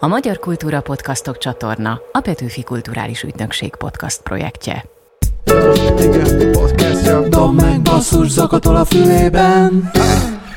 a Magyar Kultúra Podcastok csatorna a Petőfi Kulturális Ügynökség podcast projektje. Igen, podcastja. Dob meg basszus zakatol a fülében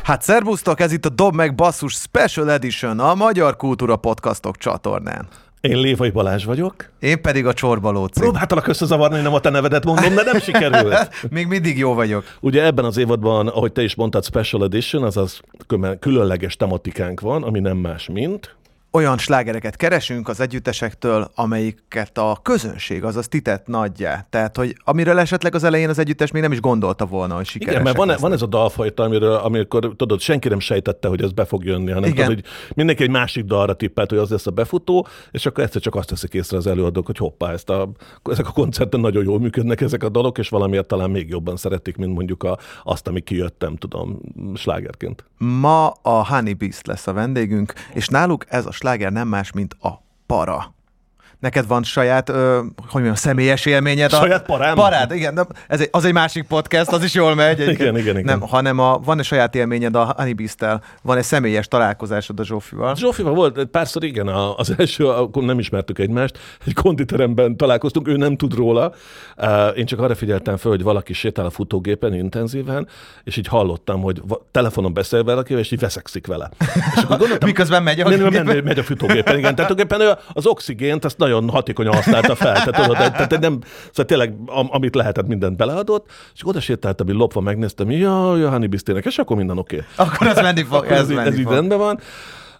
Hát szervusztok, ez itt a Dob meg basszus Special Edition a Magyar Kultúra Podcastok csatornán. Én Lévai Balázs vagyok. Én pedig a Csorbalóci. Próbáltalak összezavarni, hogy nem a te nevedet mondom, de nem sikerült. Még mindig jó vagyok. Ugye ebben az évadban, ahogy te is mondtad, Special Edition, azaz köme- különleges tematikánk van, ami nem más, mint... Olyan slágereket keresünk az együttesektől, amelyiket a közönség, azaz titet nagyjá. Tehát, hogy amiről esetleg az elején az együttes még nem is gondolta volna, hogy sikeresek Igen, mert van, e- lesznek. van ez a dalfajta, amiről, amikor tudod, senki nem sejtette, hogy ez be fog jönni, hanem Igen. tudod, hogy mindenki egy másik dalra tippelt, hogy az lesz a befutó, és akkor egyszer csak azt teszik észre az előadók, hogy hoppá, ezt a, ezek a koncerten nagyon jól működnek ezek a dalok, és valamiért talán még jobban szeretik, mint mondjuk a, azt, ami kijött, nem tudom, slágerként. Ma a Honey Beast lesz a vendégünk, és náluk ez a sláger nem más, mint a para. Neked van saját, ö, hogy mondjam, személyes élményed? Saját a... parám? Parád, igen. Nem, ez egy, az egy másik podcast, az is jól megy. egyébként. Igen, igen, igen. Nem, hanem a, van-e saját élményed a Honey Beast-tel? Van-e személyes találkozásod a Zsófival? Zsófival volt egy párszor, igen, a- az első, akkor nem ismertük egymást, egy konditeremben találkoztunk, ő nem tud róla. Eh, Én csak arra figyeltem fel, hogy valaki sétál a futógépen intenzíven, és így hallottam, hogy va- telefonon beszél valakivel, és így veszekszik vele. És akkor gondoltam, Miközben megy a nem, nem, futógépen. megy, megy a futógépen, igen. Tehát tulajdonképpen ő az oxigént azt nagyon hatékonyan használta fel. Tehát, tudod, tehát- tehát nem, szóval tényleg, am- amit lehetett, mindent beleadott, és akkor oda sétáltam, így lopva megnéztem, ja, ja, Hani Bisztének, és akkor minden oké. Akkor az menni fog. Akkor Ez, ez, így- ez menni így fog. rendben van.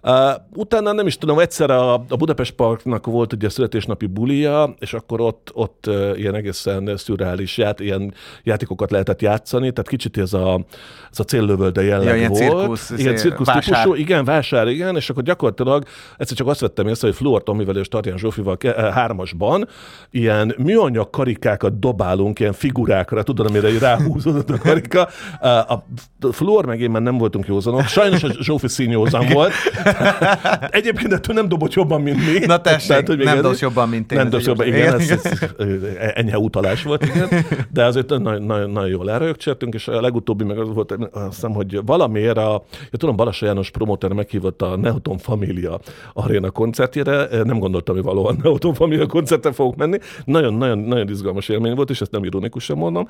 Uh, utána nem is tudom, egyszer a, a Budapest Parknak volt ugye a születésnapi bulia, és akkor ott, ott uh, ilyen egészen szürreális ját, ilyen játékokat lehetett játszani, tehát kicsit ez a, ez a céllövölde Ja, jelleg ilyen volt. cirkusz, igen, izé, cirkusz vásár. típusú, igen, vásár, igen, és akkor gyakorlatilag egyszer csak azt vettem észre, hogy Flór Tomivel és Tarján Zsófival ke- eh, hármasban ilyen műanyag karikákat dobálunk, ilyen figurákra, tudod, amire így ráhúzódott a karika. Eh, A Flór meg én már nem voltunk józanok, sajnos a Zsófi színjózan volt. Egyébként ettől nem dobott jobban, mint mi. Na tessék, még nem ez- dobsz jobban, mint én, Nem ez dobsz egy jobban, jó- igen, igen, ez, ez, ez, e, enyhe utalás volt, igen. De azért nagyon, nagyon, nagyon jól elrögcsértünk, és a legutóbbi meg az volt, azt hiszem, hogy valamiért a, ja, tudom, Balassa János promóter meghívott a Neoton Familia aréna koncertjére, nem gondoltam, hogy valóan Neoton Familia koncertre fogok menni. Nagyon-nagyon nagyon izgalmas élmény volt, és ezt nem ironikusan mondom.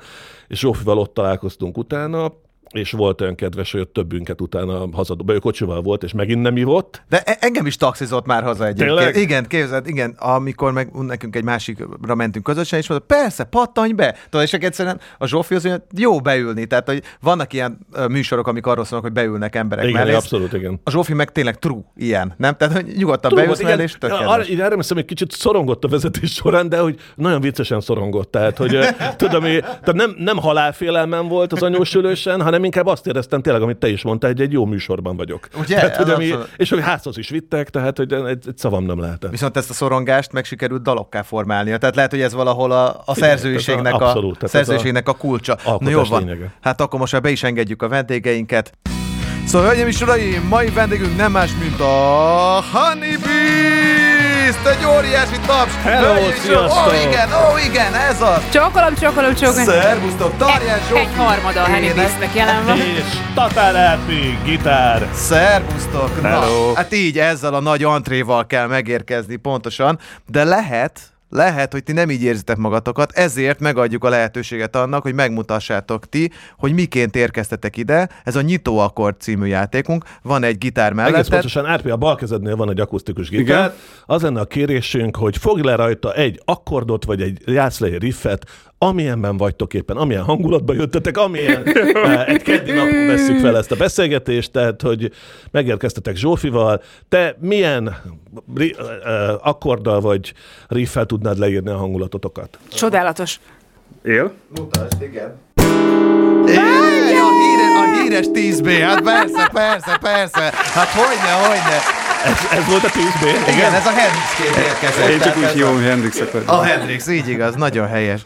És Zsófival ott találkoztunk utána, és volt olyan kedves, hogy ott többünket utána hazadob, ő kocsival volt, és megint nem ivott, De e- engem is taxizott már haza egyébként. Tényleg? Igen, képzeld, igen, amikor meg nekünk egy másikra mentünk közösen, és mondta, persze, pattanj be! Tudod, és csak egyszerűen a Zsófi az olyan, jó beülni, tehát hogy vannak ilyen ö, műsorok, amik arról szólnak, hogy beülnek emberek Igen, mellé. abszolút, igen. A Zsófi meg tényleg true ilyen, nem? Tehát, hogy nyugodtan Tudom, beülsz igen, mellé, és tök arra, kedves. így erre hiszem, hogy kicsit szorongott a vezetés során, de hogy nagyon viccesen szorongott. Tehát, hogy ö, tudom, én, tehát nem, nem halálfélelmem volt az anyósülősen, hanem inkább azt éreztem tényleg, amit te is mondtál, hogy egy jó műsorban vagyok. Ugye? Tehát, Az tudom, én, abszolút. és hogy házhoz is vittek, tehát hogy egy, egy szavam nem lehetett. Viszont ezt a szorongást meg sikerült dalokká formálnia. Tehát lehet, hogy ez valahol a, a szerzőiségnek, a, abszolút, a tehát ez a szerzőiségnek a kulcsa. Na alkotás jó van. lényege. Hát akkor most már be is engedjük a vendégeinket. Szóval, hölgyeim és uraim, mai vendégünk nem más, mint a Honey Beast! Egy óriási taps! Hello, Hölgyeim és uraim, Ó, sziasztok! igen, ó, igen, ez az! Csokolom, csokolom, csokolom. Szervusztok, Tarján Egy- Zsófi! Egy harmada a Henny ének. Beastnek jelen van. És Tatár Elfi, gitár. Szervusztok! Hello. Na, hát így ezzel a nagy antréval kell megérkezni pontosan, de lehet, lehet, hogy ti nem így érzitek magatokat, ezért megadjuk a lehetőséget annak, hogy megmutassátok ti, hogy miként érkeztetek ide. Ez a Nyitó Akkord című játékunk, van egy gitár Egész mellette. pontosan Árpi, a bal kezednél van egy akusztikus gitár. Igen. Igen. Az lenne a kérésünk, hogy fogj le rajta egy akkordot, vagy egy játsz le egy riffet, amilyenben vagytok éppen, amilyen hangulatban jöttetek, amilyen eh, egy keddi napon veszük fel ezt a beszélgetést, tehát, hogy megérkeztetek Zsófival, te milyen ri- eh, akkorddal vagy riffel tudnád leírni a hangulatotokat? Csodálatos. Él? Mutasd, igen. É, a, híre, a híres 10B, hát persze, persze, persze. Hát hogyne, hogyne. Ez, ez volt a 10B? Igen, ez a Hendrix-ként érkezett. Én tehát csak úgy ez hívom, hogy Hendrix akartam. A Hendrix, így igaz, nagyon helyes.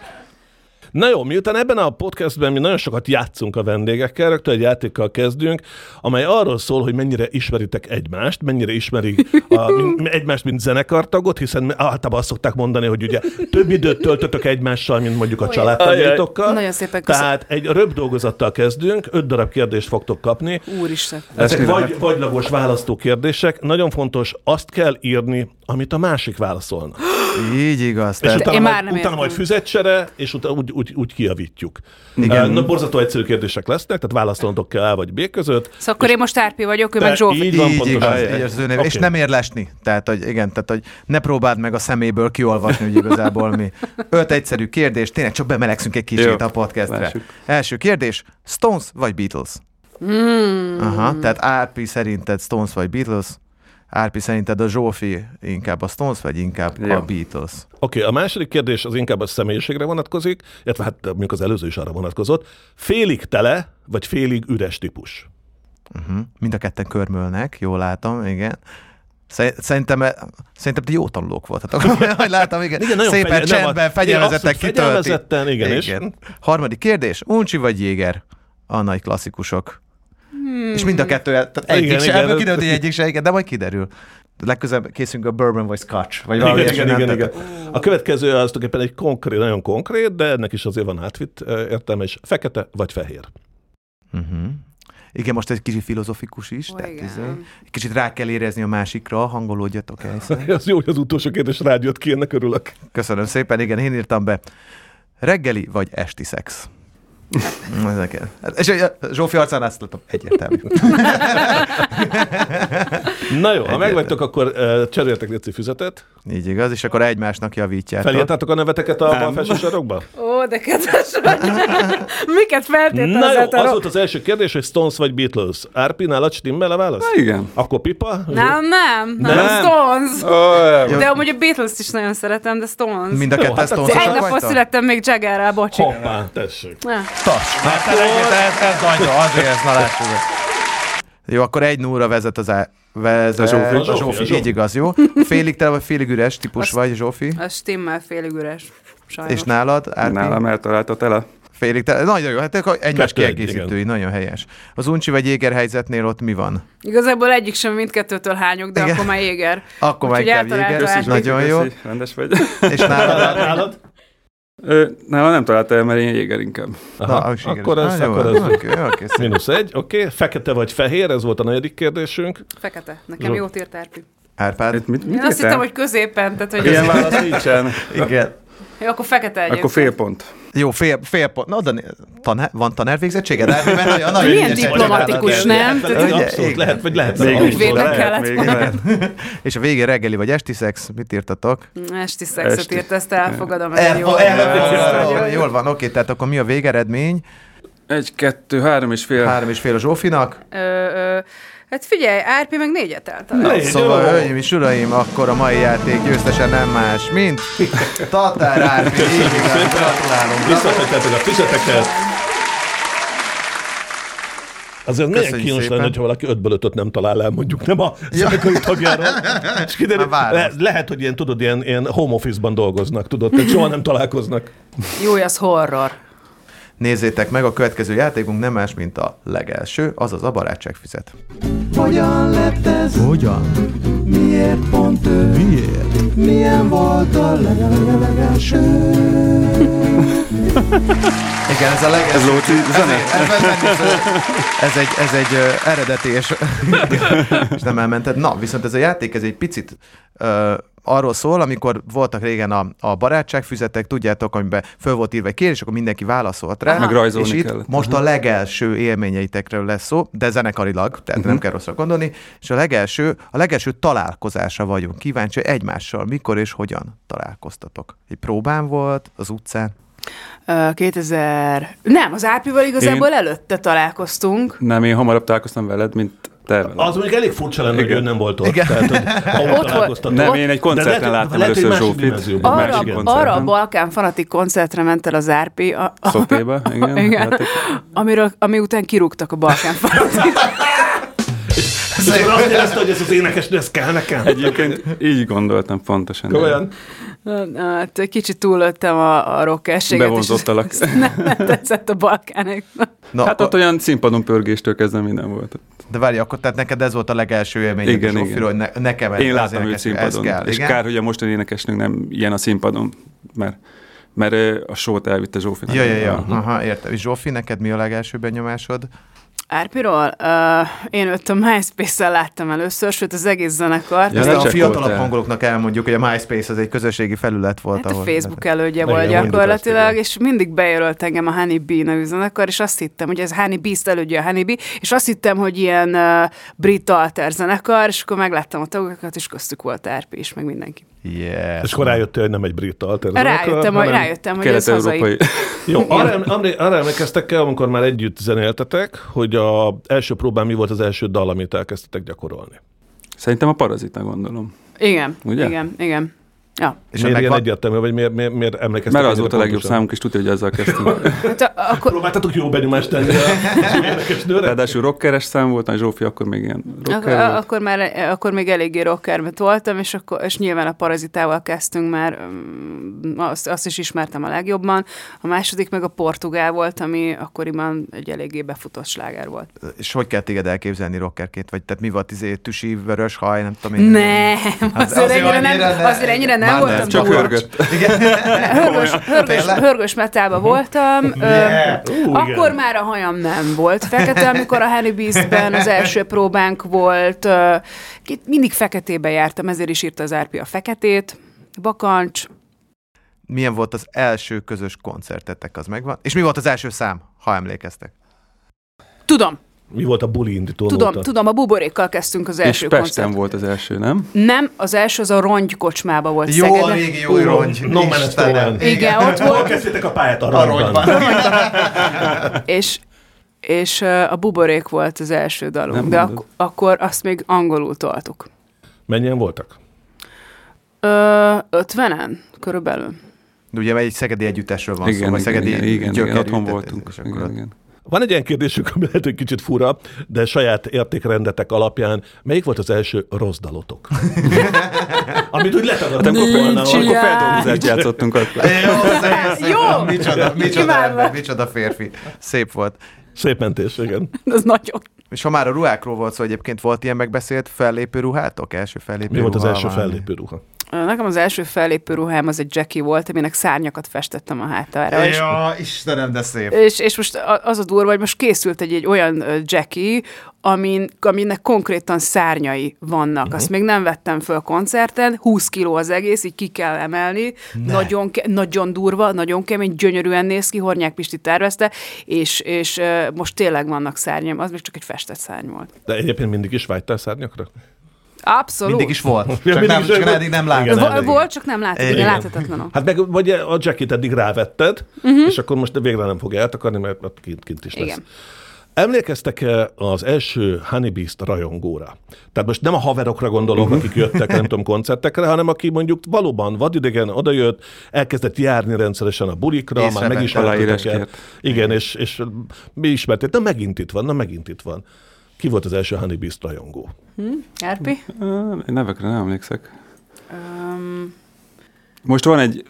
Na jó, miután ebben a podcastben mi nagyon sokat játszunk a vendégekkel, rögtön egy játékkal kezdünk, amely arról szól, hogy mennyire ismeritek egymást, mennyire ismerik a, min- egymást, mint zenekartagot, hiszen általában azt szokták mondani, hogy ugye több időt töltötök egymással, mint mondjuk a családtagjaitokkal. Nagyon szépen köszönöm. Tehát egy röbb dolgozattal kezdünk, öt darab kérdést fogtok kapni, Úristen. ezek vagy, vagy lagos választó kérdések. Nagyon fontos, azt kell írni, amit a másik válaszolna. Így igaz. És Tehát utána, én majd, már nem utána értem. majd füzetcsere, és utána úgy, úgy, úgy kijavítjuk. Igen. Igen. Na, borzató egyszerű kérdések lesznek, tehát választanatok kell A vagy B között. Szóval akkor én most Árpi vagyok, ő Te meg Zsófi. így van, így pontosan. igaz, így az ő neve. Oké. És nem ér lesni. Tehát, hogy igen, tehát, hogy ne próbáld meg a szeméből kiolvasni, hogy igazából mi. Öt egyszerű kérdés, tényleg csak bemelegszünk egy kicsit Jó, a podcastre. lássuk. Első kérdés, Stones vagy Beatles? Mm. Aha, tehát Árpi szerinted Stones vagy Beatles? Árpi szerinted a Zsófi inkább a Stones, vagy inkább Jó. a Beatles? Oké, a második kérdés az inkább a személyiségre vonatkozik, illetve hát mondjuk az előző is arra vonatkozott. Félig tele, vagy félig üres típus? Mind a ketten körmölnek, jól látom, igen. Szer- Szerintem, eh, szerintem ti jó tanulók voltatok, ahogy látom, igen. Igen, nagyon Szépen fegye- nem, csendben, a- fegyelmezettek abszolút kitöltik. fegyelmezetten, igen, és- Harmadik kérdés, uncsi vagy jéger? A nagy klasszikusok. Hmm. És mind a kettő, tehát egyik Igen, se, igen, ebből ez- kiderült, hogy egyik se, igen, de majd kiderül. Legközelebb készünk a bourbon vagy scotch, vagy valami igen, igen, ilyesmi, igen, nem? igen. Tehát- A következő az tulajdonképpen egy konkrét, nagyon konkrét, de ennek is azért van átvitt eh, értelme, és fekete vagy fehér. Mhm. Igen, most egy kicsit filozofikus is, Ó, tehát igen. ez, egy kicsit rá kell érezni a másikra, hangolódjatok el. Az jó, hogy az utolsó kérdés rád jött ki, ennek örülök. Köszönöm szépen, igen, én írtam be. Reggeli vagy esti szex? Mm, Ezek. És a Zsófi arcán azt látom, egyértelmű. Na jó, ha megvagytok, akkor uh, cseréltek Léci füzetet. Így igaz, és akkor egymásnak javítjátok. Felírtátok a neveteket a bal felső sarokba? Ó, de kedves vagy. Miket feltételezett Na jó, a az ro- volt az első kérdés, hogy Stones vagy Beatles. Árpi, nálad stimmel a válasz? Na, igen. Akkor Pipa? Nem, nem, nem, Nem. Stones. Ó, De amúgy a beatles is nagyon szeretem, de Stones. Mind a Jó, ketten hát akkor Egy sztonzosak napon vagytok? születtem még Jaggerrel, bocsi. Hoppá, tessék. Tas. Na, te legyen, te ez, ez nagyon, azért ezt na lássuk. Jó, akkor egy núra vezet az á... Vezet, A Zsófi. a Zsófi. A Zsófi. Így igaz, jó? Félig te vagy félig üres típus Azt- vagy, Zsófi. A stimmel félig üres. Sajnos. És nálad, Árpi? Nálam eltalálta tele. Félig te... Nagyon jó, hát akkor egymás Kettő egy, kiegészítői, nagyon helyes. Az uncsi vagy jéger helyzetnél ott mi van? Igazából egyik sem mindkettőtől hányok, de Igen. akkor már éger. Akkor már Úgyhogy inkább eltalálta jéger. Árpi. Nagyon jó. Köszi, Rendes vagy. És nálad Nálad? Ö, Nálam nem találta el, mert én jéger inkább. Na, Aha, és igen, akkor ez, nagyon jó, akkor ez. Oké, oké, szép. Mínusz egy, oké. Fekete vagy fehér, ez volt a negyedik kérdésünk. Fekete. Nekem Zsolt. jót írt Árpi. Árpád? Itt mit, mit Én azt írtál? hittem, hogy középen, tehát hogy... Ilyen válasz nincsen. Igen. Jó, akkor fekete egyébként. Akkor fél pont. Jó, fél, fél pont. Na, de tanár, van tanárvégzettséged? Árpi, mert nagyon, nagyon Milyen ügyes vagy. diplomatikus, Igen. nem? Lehet, Ugye, abszolút, igen. lehet, vagy lehet. Még abszolút Ügyvédnek lehet. kellett még volna. lehet. És a végén reggeli vagy esti szex? Mit írtatok? Esti szexet Esti. írt, ezt elfogadom. ez El, jó. el, Ez el, jó. el, jól van, oké, tehát akkor mi a végeredmény? Egy, kettő, három és fél. Három és fél a Zsófinak. Ö, ö, Hát figyelj, Árpi meg négyet eltalált. Négy, Szóval, jó. hölgyeim és uraim, akkor a mai játék győztesen nem más, mint Tatár Árpi. Így igaz, gratulálunk. Visszafektetek a füzeteket. Azért milyen Köszönjük kínos szépen. lenne, hogyha valaki ötből ötöt nem talál el, mondjuk nem a zenekari tagjáról. És kiderül, Már várom. le, lehet, hogy ilyen, tudod, ilyen, ilyen home office-ban dolgoznak, tudod, tehát soha nem találkoznak. Jó, az horror. Nézzétek meg, a következő játékunk nem más, mint a legelső, azaz a barátság fizet. Hogyan lett ez? Hogyan? Miért pont ő? Miért? Milyen volt a legelső? Igen, ez a legelső. Ez Lóci zene. Ez, ez, ez, ez egy, ez egy ö, eredeti, és, és nem elmented. Na, viszont ez a játék, ez egy picit ö, arról szól, amikor voltak régen a, a barátságfüzetek, tudjátok, amiben föl volt írva egy kérdés, akkor mindenki válaszolt rá. Meg rajzolni és itt kellett. most a legelső élményeitekről lesz szó, de zenekarilag, tehát Mhm. nem kell rosszra gondolni, és a legelső, a legelső találkozásra vagyunk kíváncsi, hogy egymással mikor és hogyan találkoztatok. Egy próbán volt, az utcán. Ö, 2000... Nem, az Árpival igazából Én- előtte találkoztunk. Nem, én hamarabb találkoztam veled, mint te velem. Az mondjuk elég furcsa lenne, hogy Igen. ő nem volt ott. Tehát, hogy ahol Ott volt. találkoztatok. Nem, Ott- én egy De lehet, koncerten hogy- láttam lehet, hogy először másik Zsófit. dimenzióban. Arra, Másik arra koncerten. Szóval a Balkán fanatik koncertre ment el az Árpi, a, a, Szopéba, igen. Hát, igen Játék- amiről, ami után kirúgtak a Balkán fanatik. És azt jelezte, hogy ez az énekesnő, ez kell nekem. Egyébként így gondoltam pontosan. Olyan. Na, Hát kicsit túlöltem a, a rockességet. Bevonzottalak. És nem, nem tetszett a balkánek. Na, Hát ott olyan színpadon pörgéstől kezdve minden volt. De várj, akkor tehát neked ez volt a legelső élmény Igen, igen, a igen. Zsófiról, hogy ne, nekem ez- Én az láttam őt énekes- ez színpadon. kell, és igen? kár, hogy a mostani énekesnőnk nem ilyen a színpadon, mert, mert ö, a sót elvitte Zsófinak. Ja, ja, ja. Mhm. Aha, értem. És Zsófi, neked mi a legelső benyomásod? Árpiról? Uh, én ott a MySpace-szel láttam először, sőt az egész zenekart. Ja, Ja, nem a csak fiatalabb voltál. hangolóknak elmondjuk, hogy a MySpace az egy közösségi felület volt. Hát a ahol- Facebook elődje Igen, volt mondjuk azt, gyakorlatilag, igen. és mindig bejelölt engem a Honey Bee nevű zenekar, és azt hittem, hogy ez Honey Beast elődje a Honey Bee, és azt hittem, hogy ilyen uh, brit alter zenekar, és akkor megláttam a tagokat, és köztük volt Árpi is, meg mindenki. Yeah. És akkor rájöttél, hogy nem egy brit alternatív. Rájöttem, hogy, rájöttem, hogy ez hazai. Kelet-európai. Jó, arra, arra, arra emlékeztek el, amikor már együtt zenéltetek, hogy a első próbán mi volt az első dal, amit elkezdtetek gyakorolni? Szerintem a parazita gondolom. Igen, Ugye? igen, igen. Ja. És miért ennek ilyen van... van... egyértelmű, vagy miért, miért, miért emlékeztek? Mert az ennyire volt a legjobb pontosan? számunk, és tudja, hogy azzal kezdtünk. Hát a, akkor, Próbáltatok jó benyomást tenni a az új énekesnőre? Ráadásul rockeres szám volt, a Zsófi akkor még ilyen ak- rocker volt. akkor, már, akkor még eléggé rockermet voltam, és, akkor, és nyilván a parazitával kezdtünk már, mm, azt, azt is ismertem a legjobban. A második meg a portugál volt, ami akkoriban egy eléggé befutott sláger volt. És hogy kell téged elképzelni rockerként? Vagy tehát mi volt, izé, tüsi, vörös haj, nem tudom én. Nem, Az- azért azért, ennyire annyira nem, ne- azért ennyire nem Már nem, voltam Csak durva. hörgött. Hörgös, hörgös, hörgös metálba voltam. Öm, Ú, igen. Akkor már a hajam nem volt fekete, amikor a Henny Beast-ben az első próbánk volt. ö, kit- Mindig feketébe jártam, ezért is írta az Árpi a feketét. Bakancs. Milyen volt az első közös koncertetek, az megvan? És mi volt az első szám, ha emlékeztek? Tudom, Mi volt a buli indító tudom, nóta? tudom, a buborékkal kezdtünk az első És Pesten koncert. volt az első, nem? Nem, az első az a rongy kocsmába volt Jó, a Szegeden. régi jó rongy. No Man at Istenem. Stolen. Igen, ott Hol volt. kezdtétek a pályát a A rongyban. rockban? és, és ö, a buborék volt az első dalunk, Nem de mondod. ak- akkor azt még angolul toltuk. Mennyien voltak? Ö, 50-en körülbelül. De ugye egy szegedi együttesről van szó, igen, vagy szegedi igen, igen, igen, gyökerű, otthon tehát- voltunk. és akkor Igen, ott- igen. Van egy ilyen kérdésünk, ami lehet, hogy kicsit fura, de saját értékrendetek alapján, melyik volt az első rossz dalotok? Amit úgy letagadtam Akkor, fel, volna, hogy akkor feldolgozást játszottunk akkor. Jó, szép, szép. Jó! Micsoda, micsoda, Imádom. ember, micsoda férfi. Szép volt. Szép mentés, igen. Az nagyon. És ha már a ruhákról volt szó, egyébként volt ilyen megbeszélt fellépő ruhátok? Első fellépő Mi volt az ruha, első valami? fellépő ruha? Ö, Nekem az első fellépő ruhám az egy Jackie volt, aminek szárnyakat festettem a hátára. És, Ja, Istenem, de szép. és, és most a- az a durva, hogy most készült egy, egy olyan ö, Jackie, amin, aminek konkrétan szárnyai vannak. Azt még nem vettem föl koncerten, 20 kiló az egész, így ki kell emelni. Nagyon, ke- nagyon durva, nagyon kemény, gyönyörűen néz ki, Hornyák Pisti tervezte, és, és ö, most tényleg vannak szárnyam, az még csak egy festett szárny volt. De egyébként mindig is vágytál szárnyakra? Abszolút. Mindig is volt. Ja, Csak, mindig nem, is csak volt. eddig nem láttam. Igen, Vo- elég. volt, csak nem látod, igen, Igen. láthatatlanok. Hát meg vagy a jacket eddig rávetted, uh-huh. és akkor most végre nem fogja eltakarni, mert ott kint, kint is lesz. Igen. Igen. Emlékeztek-e az első Honey Beast rajongóra? Tehát most nem a haverokra gondolok, akik jöttek, nem tudom, koncertekre, hanem aki mondjuk valóban vadidegen odajött, elkezdett járni rendszeresen a bulikra, már Észrevette. meg is Igen, Aláírást Igen, és, és mi ismerték, na megint itt van, na megint itt van. Ki volt az első Honey Beast rajongó? Hm? Árpi? Ö, Én nevekre nem emlékszek. Um, Most van egy,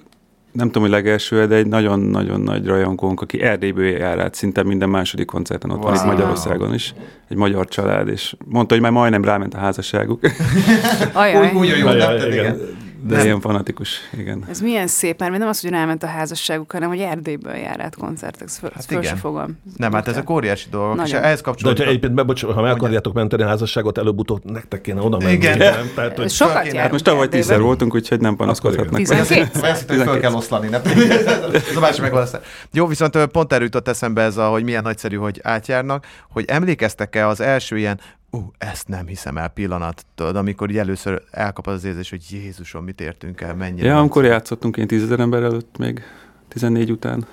nem tudom, hogy legelső, de egy nagyon-nagyon nagy rajongónk, aki Erdélyből jár át, szinte minden második koncerten ott van, itt Wow. Magyarországon is. Egy magyar család, és mondta, hogy már majdnem ráment a házasságuk, ajaj. Úgy, úgy, jó, Ajaj, nem, igen. igen. de Nem. ilyen fanatikus, igen. Ez milyen szép, mert nem az, hogy ráment a házasságuk, hanem hogy Erdélyből jár át koncertek, ezt föl, Hát hát föl se igen. fogom. Nem, hát ezek óriási dolgok. És Nagyon. ehhez De hogyha kapcsolódik. egyébként, be- bocs, ha meg akarjátok menteni a házasságot, előbb-utóbb nektek kéne oda menni. Igen. nem? Tehát, Ez hogy Sokat Hát most járunk Hát most tavaly Erdélyben. tízszer voltunk, úgyhogy nem Akkor panaszkodhatnak. igen. Vagy azt- vagy azt hittem, hogy föl kell oszlani, nem? Ez a másik megoldás. Jó, viszont ö, pont erről jutott eszembe ez, a, hogy milyen nagyszerű, hogy átjárnak, hogy emlékeztek-e az első ilyen, ú, ezt nem hiszem el pillanat, tudod, amikor így először elkapod az érzés, hogy Jézusom, mit értünk el, mennyire. Ja, nagy- amikor játszottunk én tízezer ember előtt még, 14 után,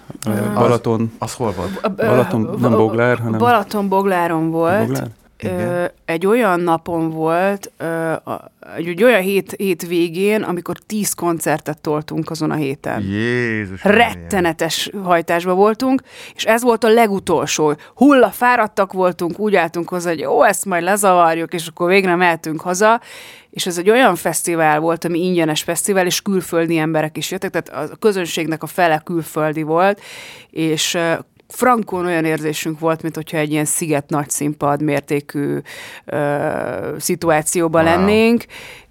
Balaton, Az hol volt? A- ö, Balaton- nem a- Boglár, hanem- Balaton Bogláron volt. Boglár? Igen. Ö, egy olyan napon volt, ö, a- egy, egy olyan hét, hét végén, amikor tíz koncertet toltunk azon a héten. Jézus. rettenetes hajtásba voltunk, és ez volt a legutolsó. Hulla fáradtak voltunk, úgy álltunk hozzá, hogy jó, ezt majd lezavarjuk, és akkor végre mehetünk haza. És ez egy olyan fesztivál volt, ami ingyenes fesztivál, és külföldi emberek is jöttek, tehát a közönségnek a fele külföldi volt, és ö, frankon olyan érzésünk volt, mint hogyha egy ilyen sziget nagy színpad mértékű ö, szituációban Wow. wow. lennénk,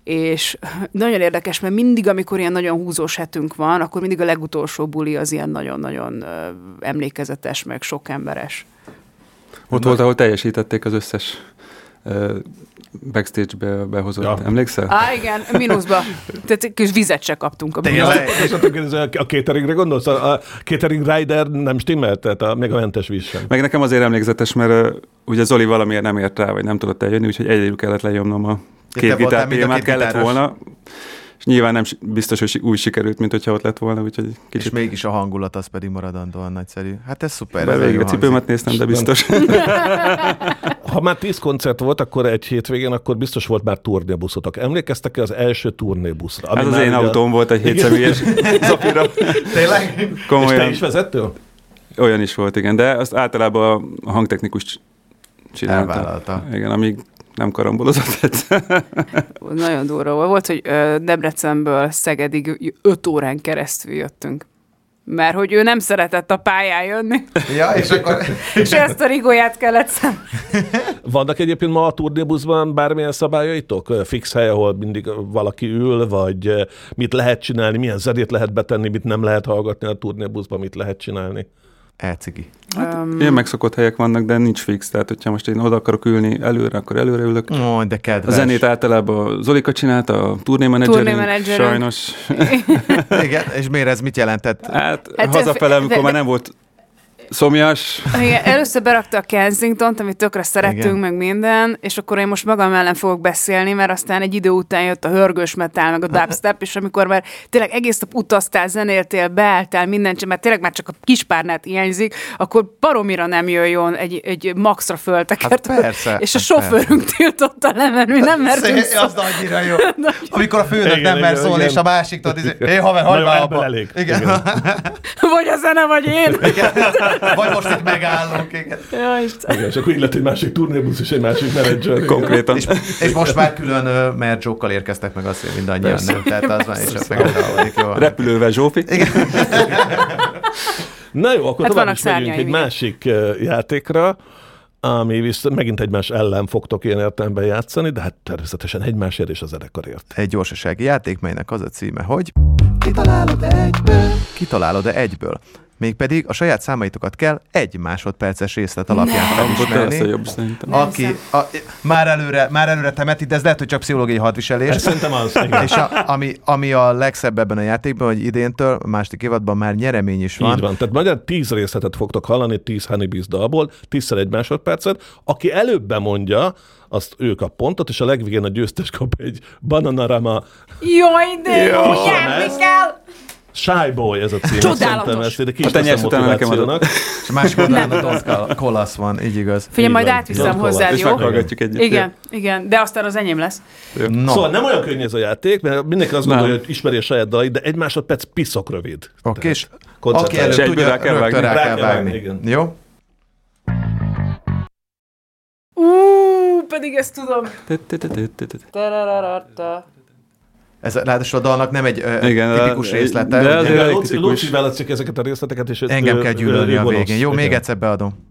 és nagyon érdekes, mert mindig, amikor ilyen nagyon húzós hetünk van, akkor mindig a legutolsó buli az ilyen nagyon-nagyon ö, emlékezetes, meg sok emberes. Ott volt, ahol teljesítették az összes ö, backstage-be behozott. Ja. Ja. Emlékszel? Á, igen, mínuszba. Tehát egy kis vizet se kaptunk a Tényleg? buliba. A cateringre gondolsz? A a catering rider nem stimmelt, tehát a, még a mentes víz sem. Meg nekem azért emlékezetes, mert ö, ugye Zoli valamiért nem ért rá, vagy nem tudott eljönni, úgyhogy egyedül kellett lenyomnom a te két voltál gitár mind a témát, két kellett gitáros. volna. És nyilván nem si- biztos, hogy si- úgy sikerült, mint hogyha ott lett volna, úgyhogy És kicsit mégis a hangulat az pedig maradandóan nagyszerű. Hát ez szuper. be ez végig nagyon a cipőmet néztem, de Nem. biztos. Ha már tíz koncert volt, akkor egy hétvégén, akkor biztos volt már turnébuszotok. Emlékeztek -e az első turnébuszra? Ami Ez az már én ugye- autóm volt, egy hétszemélyes zapira. hangzik. Tényleg? És te Komolyan. is vezető? Olyan is volt, igen, de azt általában a hangtechnikus csinálta. Elvállalta. Igen, amíg nem karambolozott egyszer. Nagyon durva volt. Volt, hogy ö, Debrecenből Szegedig öt órán keresztül jöttünk. Mert hogy ő nem szeretett a pályán jönni, Ja, és akkor... és ezt a rigóját kellett szem. Vannak egyébként ma a turnébuszban bármilyen szabályaitok? Ö, Fix hely, ahol mindig valaki ül, vagy ö, mit lehet csinálni, milyen zenét lehet betenni, mit nem lehet hallgatni a turnébuszban, mit lehet csinálni? Elcigi. Hmm. Ilyen megszokott helyek vannak, de nincs fix. Tehát, hogyha most én oda akarok ülni előre, akkor előre ülök. Ó, de A kedves. zenét általában Zolika csinálta, a turnémenedzserünk, Turnémenedzserünk. sajnos. Igen, és miért ez mit jelentett? Hát, Hát, hát hazafele, fe- amikor fe- már nem volt szomjas, Igen, először berakta a Kensingtont, amit tökre szerettünk, Igen. Igen. meg minden, és akkor én most magam ellen fogok beszélni, mert aztán egy idő után jött a hörgős metál, meg a dubstep, és amikor már tényleg egész nap utaztál, zenéltél, beálltál, mindent, csin- mert tényleg már csak a kispárnát hiányzik, akkor baromira nem jöjjön egy, egy maxra föltekert. Hát persze, és a hát sofőrünk tiltotta le, mert mi nem mertünk Szé- szó. az annyira jó. Amikor a főnök Igen, nem mer igen, szólni, igen. és a másik tudod, izé, hé haver, hagyd Nagyon már ebből abba." elég. Igen. Igen. Vagy a zene, vagy én. Vagy most itt megállunk, igen. Ja, Istenem. Igen, és akkor így lett egy másik turnébusz és egy másik menedzser. konkrétan. És, és most már külön ö, merjókkal érkeztek meg azt, hogy mindannyian Persze. nem. Tehát az már is csak megállódik, jó. Repülővel Zsófi. Na jó, akkor Hát hát tovább vannak is megyünk szárnyai, egy ugye? másik ö, játékra, ami viszont megint egymás ellen fogtok ilyen értelemben játszani, de hát természetesen egymásért és a zenekarért. Egy gyorsasági játék, melynek az a címe, hogy Kitalálod egyből kitalálod-e egyből. Mégpedig a saját számaitokat kell egy másodperces részlet alapján Volt a felismerni. jobb szerintem. Aki, a, már, előre, már előre temeti, de ez lehet, hogy csak pszichológiai hadviselés. Ez szerintem az, igen. És a, ami, ami a legszebb ebben a játékban, hogy idéntől, a második évadban már nyeremény is Így van. van. Tehát magyar tíz részletet fogtok hallani, tíz Honeybees dalból, tízszer egy másodpercet. Aki előbb bemondja, azt ő kap pontot, és a legvégén a győztes kap egy Bananarama Jaj, de jó, ezt. nyerni kell! Shy Boy ez a cím. Csodálatos. Szerintem ezt ide ki is A tenyersz teszem után nekem adott. motivációnak. És a másik oldalon a Donka kolasz van, így igaz. Figyelj, Így majd van. átviszem Zsarkolat. hozzád, És jó? meghallgatjuk együtt. Igen, igen, de aztán az enyém lesz. No, Szóval nem olyan könnyű ez a játék, mert mindenki azt Nem. gondolja, hogy ismeri a saját dalait, de egy másodperc piszok rövid. oké, és aki koncentrálj. előbb És egyből tudja, rá kell rögtön vágni. rá kell vágni. igen. Jó? Ú, pedig ezt tudom. Tü-tü-tü-tü-tü-tü. Tararararta. Ez ráadásul a dalnak nem egy ö, Igen, tipikus de- részlete. de ugye? azért- Igen, elég Luci, kritikus. Luci választjuk ezeket a részleteket, és őt, Engem ö, kell ö, gyűlölni a rigonosz. végén. Jó, még Igen. egyszer beadom.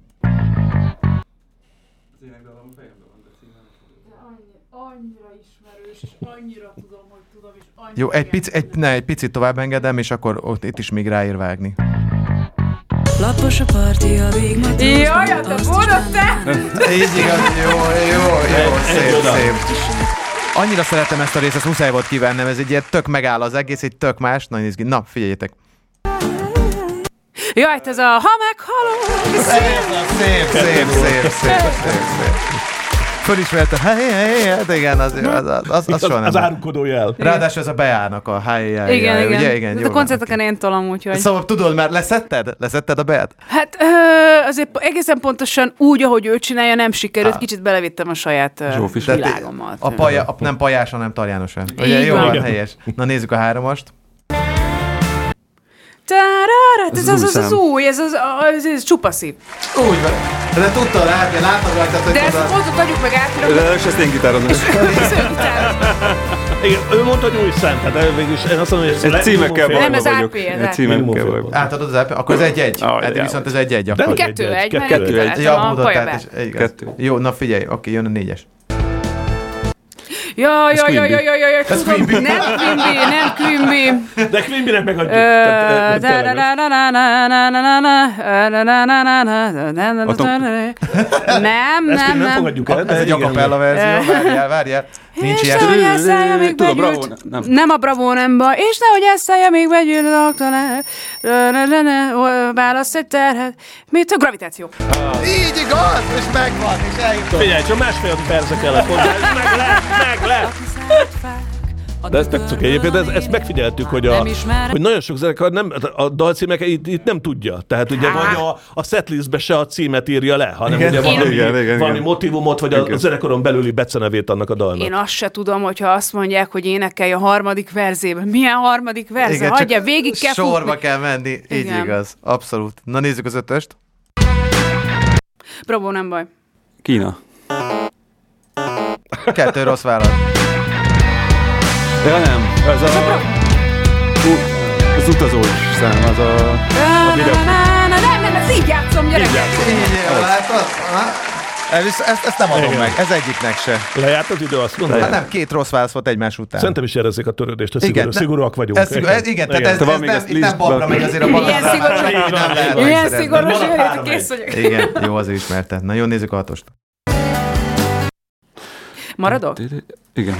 Jó, egy, pic, egy, ne, egy picit tovább engedem, és akkor ott itt is még ráír vágni. Lapos a parti, a végmatróz. Jaj, hát te bódott te! Így igaz, jó, jó, jó, egy szép, oda. szép. Annyira szeretem ezt a részt, ezt muszáj volt kívánnem, ez egy ilyen tök megáll az egész, egy tök más, nagyon izgi. Na, figyeljétek. Jaj, te ez a ha meghalom! Szép, szép, szép, szép, szép, szép. fölismerte, hé, hé, hé, hát igen, az, az, az, az, az az, soha nem. az árukodó jel. Ráadásul ez a beának a hé, hé, hé, Igen, hé, igen. Ugye, igen De jól a van. koncerteken én tolom, úgyhogy... Szóval tudod, már leszetted? Leszetted a beát? Hát ö, azért egészen pontosan úgy, ahogy ő csinálja, nem sikerült. Kicsit belevittem a saját ö, Zsófi De sem. ti- világomat. A paja, a, nem pajás, hanem tarjános. Ugye, Így jó van. van, Igen. helyes. Na nézzük a háromast. Tárára, ez Ez az, új az, az szám. új, ez az ez, ez csupaszív. Úgy van. De tudta látni, láttam rajtad, hogy De ezt tudod. pontot adjuk meg átirakom, De és ezt én gitározom. Igen, ő mondta, hogy új szám, tehát el- végülis én azt mondom, hogy Ez le- címekkel minimum fél- Nem, bajba ez vagyok. AP, ez Egy AP. címekkel Minimum bajba. Átadod az ep- akkor ez egy-egy. Aj, Hát de viszont ez egy-egy akkor. hogy Kettő egy, mert kettő itt egy. találtam Ja, a mondod, paja tehát, be. és, igaz. Kettő. Jó, na figyelj, oké, jön a négyes. Ja, ja, ja, Queen ja, Bee. ja, ja, ja, tudom, Queen Bee. nem Quimby, nem Quimby. De Queen Bee-nek megadjuk. Tehát, eh, tényleg az. Nem, Ezt nem, még nem nem. fogadjuk el, Ez de egy igen. akapella verzió, várjál, várjál. Nincs És ilyen. nehogy elszállja még Tudom, bravo, begyűlt. nem. Nem a bravo nem baj. És nehogy elszállja még begyűlt a laktana. Ö, ne, ne, ne, ö, Válasz egy terhet. Mit a gravitáció? Így igaz, és megvan, és eljutott. Figyelj, csak másfél perce kellett hozzá, ez meg lesz, meg lesz. De ezt megszokja egyébként, ez, ezt megfigyeltük, hogy, a, Nem ismerem. hogy nagyon sok zenekar nem, a dalcímek itt, itt nem tudja. Tehát ugye vagy a, a setlistbe se a címet írja le, hanem Igen. ugye valami, Igen, igen, igen. valami motivumot, vagy a, a zenekaron belüli becenevét annak a dalnak. Én azt se tudom, hogyha azt mondják, hogy énekelj a harmadik verzében. Milyen harmadik verze? csak Hagyja, végig kell Sorba futni. kell menni, így Igen. igaz. Abszolút. Na nézzük az ötöst. Bravo, nem baj. Kína. Kettő rossz válasz. Ja nem, ez a... Ú, az utazós szám, az a... Nem, nem, ez így játszom, gyerekek. Így jó, látod? Aha. Ez, visz- ezt, ezt nem adom Igen. meg, ez egyiknek se. Lejárt az idő, azt mondod? Hát nem, két rossz válasz volt egymás után. Szerintem is érezzék a törődést, hogy szigorú, ne- szigorúak vagyunk. Ez, szigorú, ez, igen, tehát ez, Te van ez még nem, ezt itt nem listben? balra megy azért a balra. Ilyen szigorú. Nem lehet Ilyen megszerezni. szigorú, Mondom, három hogy egy. kész vagyok. Igen, jó, az ismerte. Na jó, nézzük a hatost. Maradok? Igen.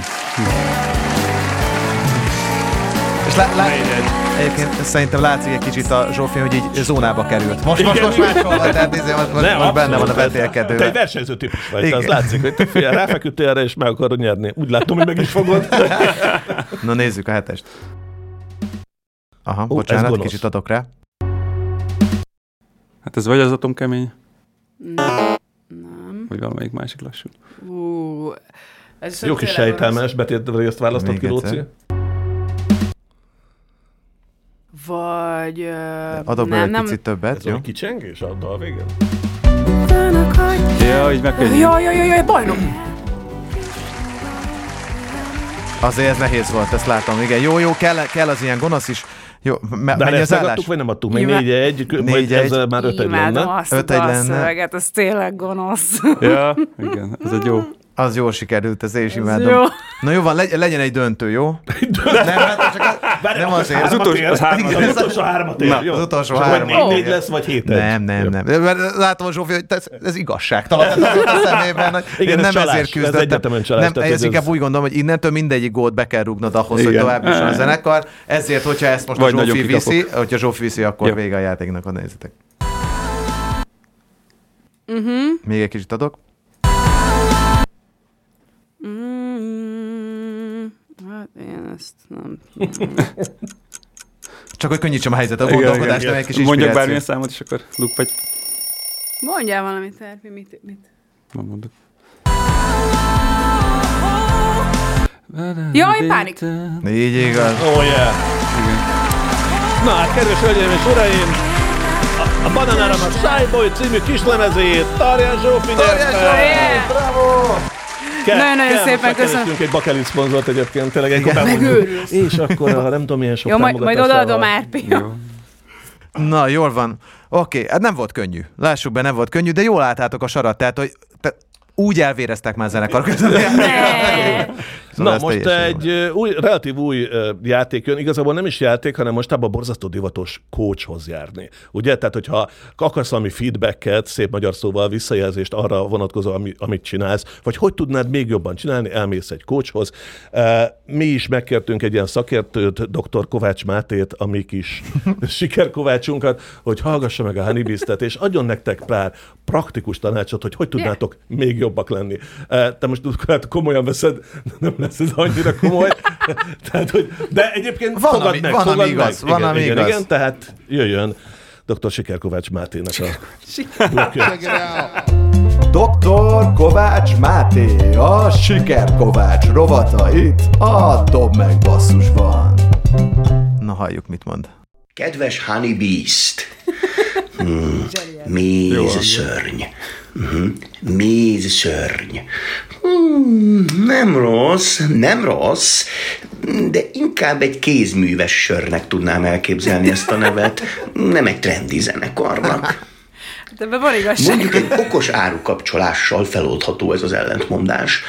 És lá, lá, egyébként szerintem látszik egy kicsit a Zsófi, hogy így zónába került. Most, most, most máshol van, tehát nézzél, most, most, most benne van a Te egy vetélkedőben. versenyző típus vagy, te Igen. az látszik, hogy te figyelj, ráfeküdtél erre, és meg akarod nyerni. Úgy látom, hogy meg is fogod. Na nézzük a hetest. Aha, Ó, ez bocsánat, gonosz. kicsit adok rá. Hát ez vagy az atomkemény, Nem. vagy valamelyik másik lassú. Ú, ez Jó kis sejtelmes, betét részt választott Még ki, egyszer. Lóci. Vagy... ö, Adok nem, belőle nem. egy picit többet, Ez jó? egy kicsengés a dal végén? Ja, így meg kell nyitni. Jaj, jaj, jaj, jaj, bajnok! Azért ez nehéz volt, ezt látom. Igen, jó, jó, kell, kell az ilyen gonosz is. Jó, me, De menj ezt az állás. megadtuk, vagy nem adtuk? Még Nyilván- négy egy, vagy Négy-egy. ezzel már öt egy Imádom lenne. azt a Öt egy lenne. dalszöveget, ez tényleg gonosz. Ja, igen, ez egy jó. Az jól sikerült, ez én is imádom. jó. Na jó van, legy- legyen egy döntő, jó? nem, hát csak az, nem azért. Az utolsó- Ér, az három- hát az utolsó háromat ér, Na, jó? az utolsó Csak három. Vagy négy, négy Igen. lesz, vagy hét egy. Nem, nem, nem. De Mert látom a Zsófi, hogy ez, ez igazságtalan. Ez az a szemében, hogy Igen, én ez nem csalás. ezért Ez küzdöttem. egyetemen csalás, Nem, tehát, ez hogy inkább ez- úgy gondolom, hogy innentől mindegyik gólt be kell rúgnod ahhoz, hogy Igen. tovább Mm. jusson a zenekar. Ezért, hogyha ezt most Vagy a Zsófi nagyon kikapok. viszi, hogyha Zsófi viszi, akkor Ja. vége a játéknak, ha nézitek. Még egy kicsit adok. Mm, Hát én ezt nem... Csak hogy könnyítsem a helyzetet, a gondolkodást, nem egy kis Mondjak bármilyen inspirációt. számot, és akkor luk vagy... Mondjál valamit, Ervi, mit, mit? Nem mondok. Jaj, pánik! Így igaz. Ó, Oh, yeah. Na hát, kedves hölgyeim és uraim, a- a Bananára a Shyboy című kislemezét, Tarján Zsófi Yeah! Nagyon-nagyon szépen köszönöm. Kerestünk egy bakelic szponzort egyébként, tényleg egy kopán mondjuk. És akkor, ha nem tudom, milyen sok Jó, majd, majd támogatásával- odaadom Árpi. Jó. Na, jól van. Oké, hát nem volt könnyű. Lássuk be, nem volt könnyű, de jól álltátok a sarat, tehát, hogy te, úgy elvéreztek már zenekarok. Ne. Szóval Na ez most teljesen jó. egy ö, új, relatív új ö, játék jön, igazából nem is játék, hanem mostában borzasztó divatos coachhoz járni. Ugye? Tehát, hogyha akarsz valami feedbacket, szép magyar szóval visszajelzést arra vonatkozó, ami, amit csinálsz, vagy hogy tudnád még jobban csinálni, elmész egy coachhoz. Ö, Mi is megkértünk egy ilyen szakértőt, dr. Kovács Mátét, a mi kis sikerkovácsunkat, hogy hallgassa meg a Honeybeast-et, és adjon nektek pár praktikus tanácsot, hogy hogy tudnátok még jobbak lenni. Ö, Te most hát komolyan veszed, nem lesz ez annyira komoly. Tehát, hogy, de egyébként Van, fogad ami- meg, van, ami fogad igaz, meg. van, igen, ami igen, igaz. igen, tehát jöjjön dr. Sikerkovács Máténak a blokja. Dr. Kovács Máté, a Siker Kovács rovata itt, a Dob meg basszusban. Na halljuk, mit mond. Kedves Honey Beast! Hmm. Méz szörny. Mhm. Méz szörny. Hmm, Nem rossz, nem rossz, de inkább egy kézműves sörnek tudnám elképzelni ezt a nevet, nem egy trendi zenekarnak. De ebben van Mondjuk igazság. egy okos árukapcsolással feloldható ez az ellentmondás.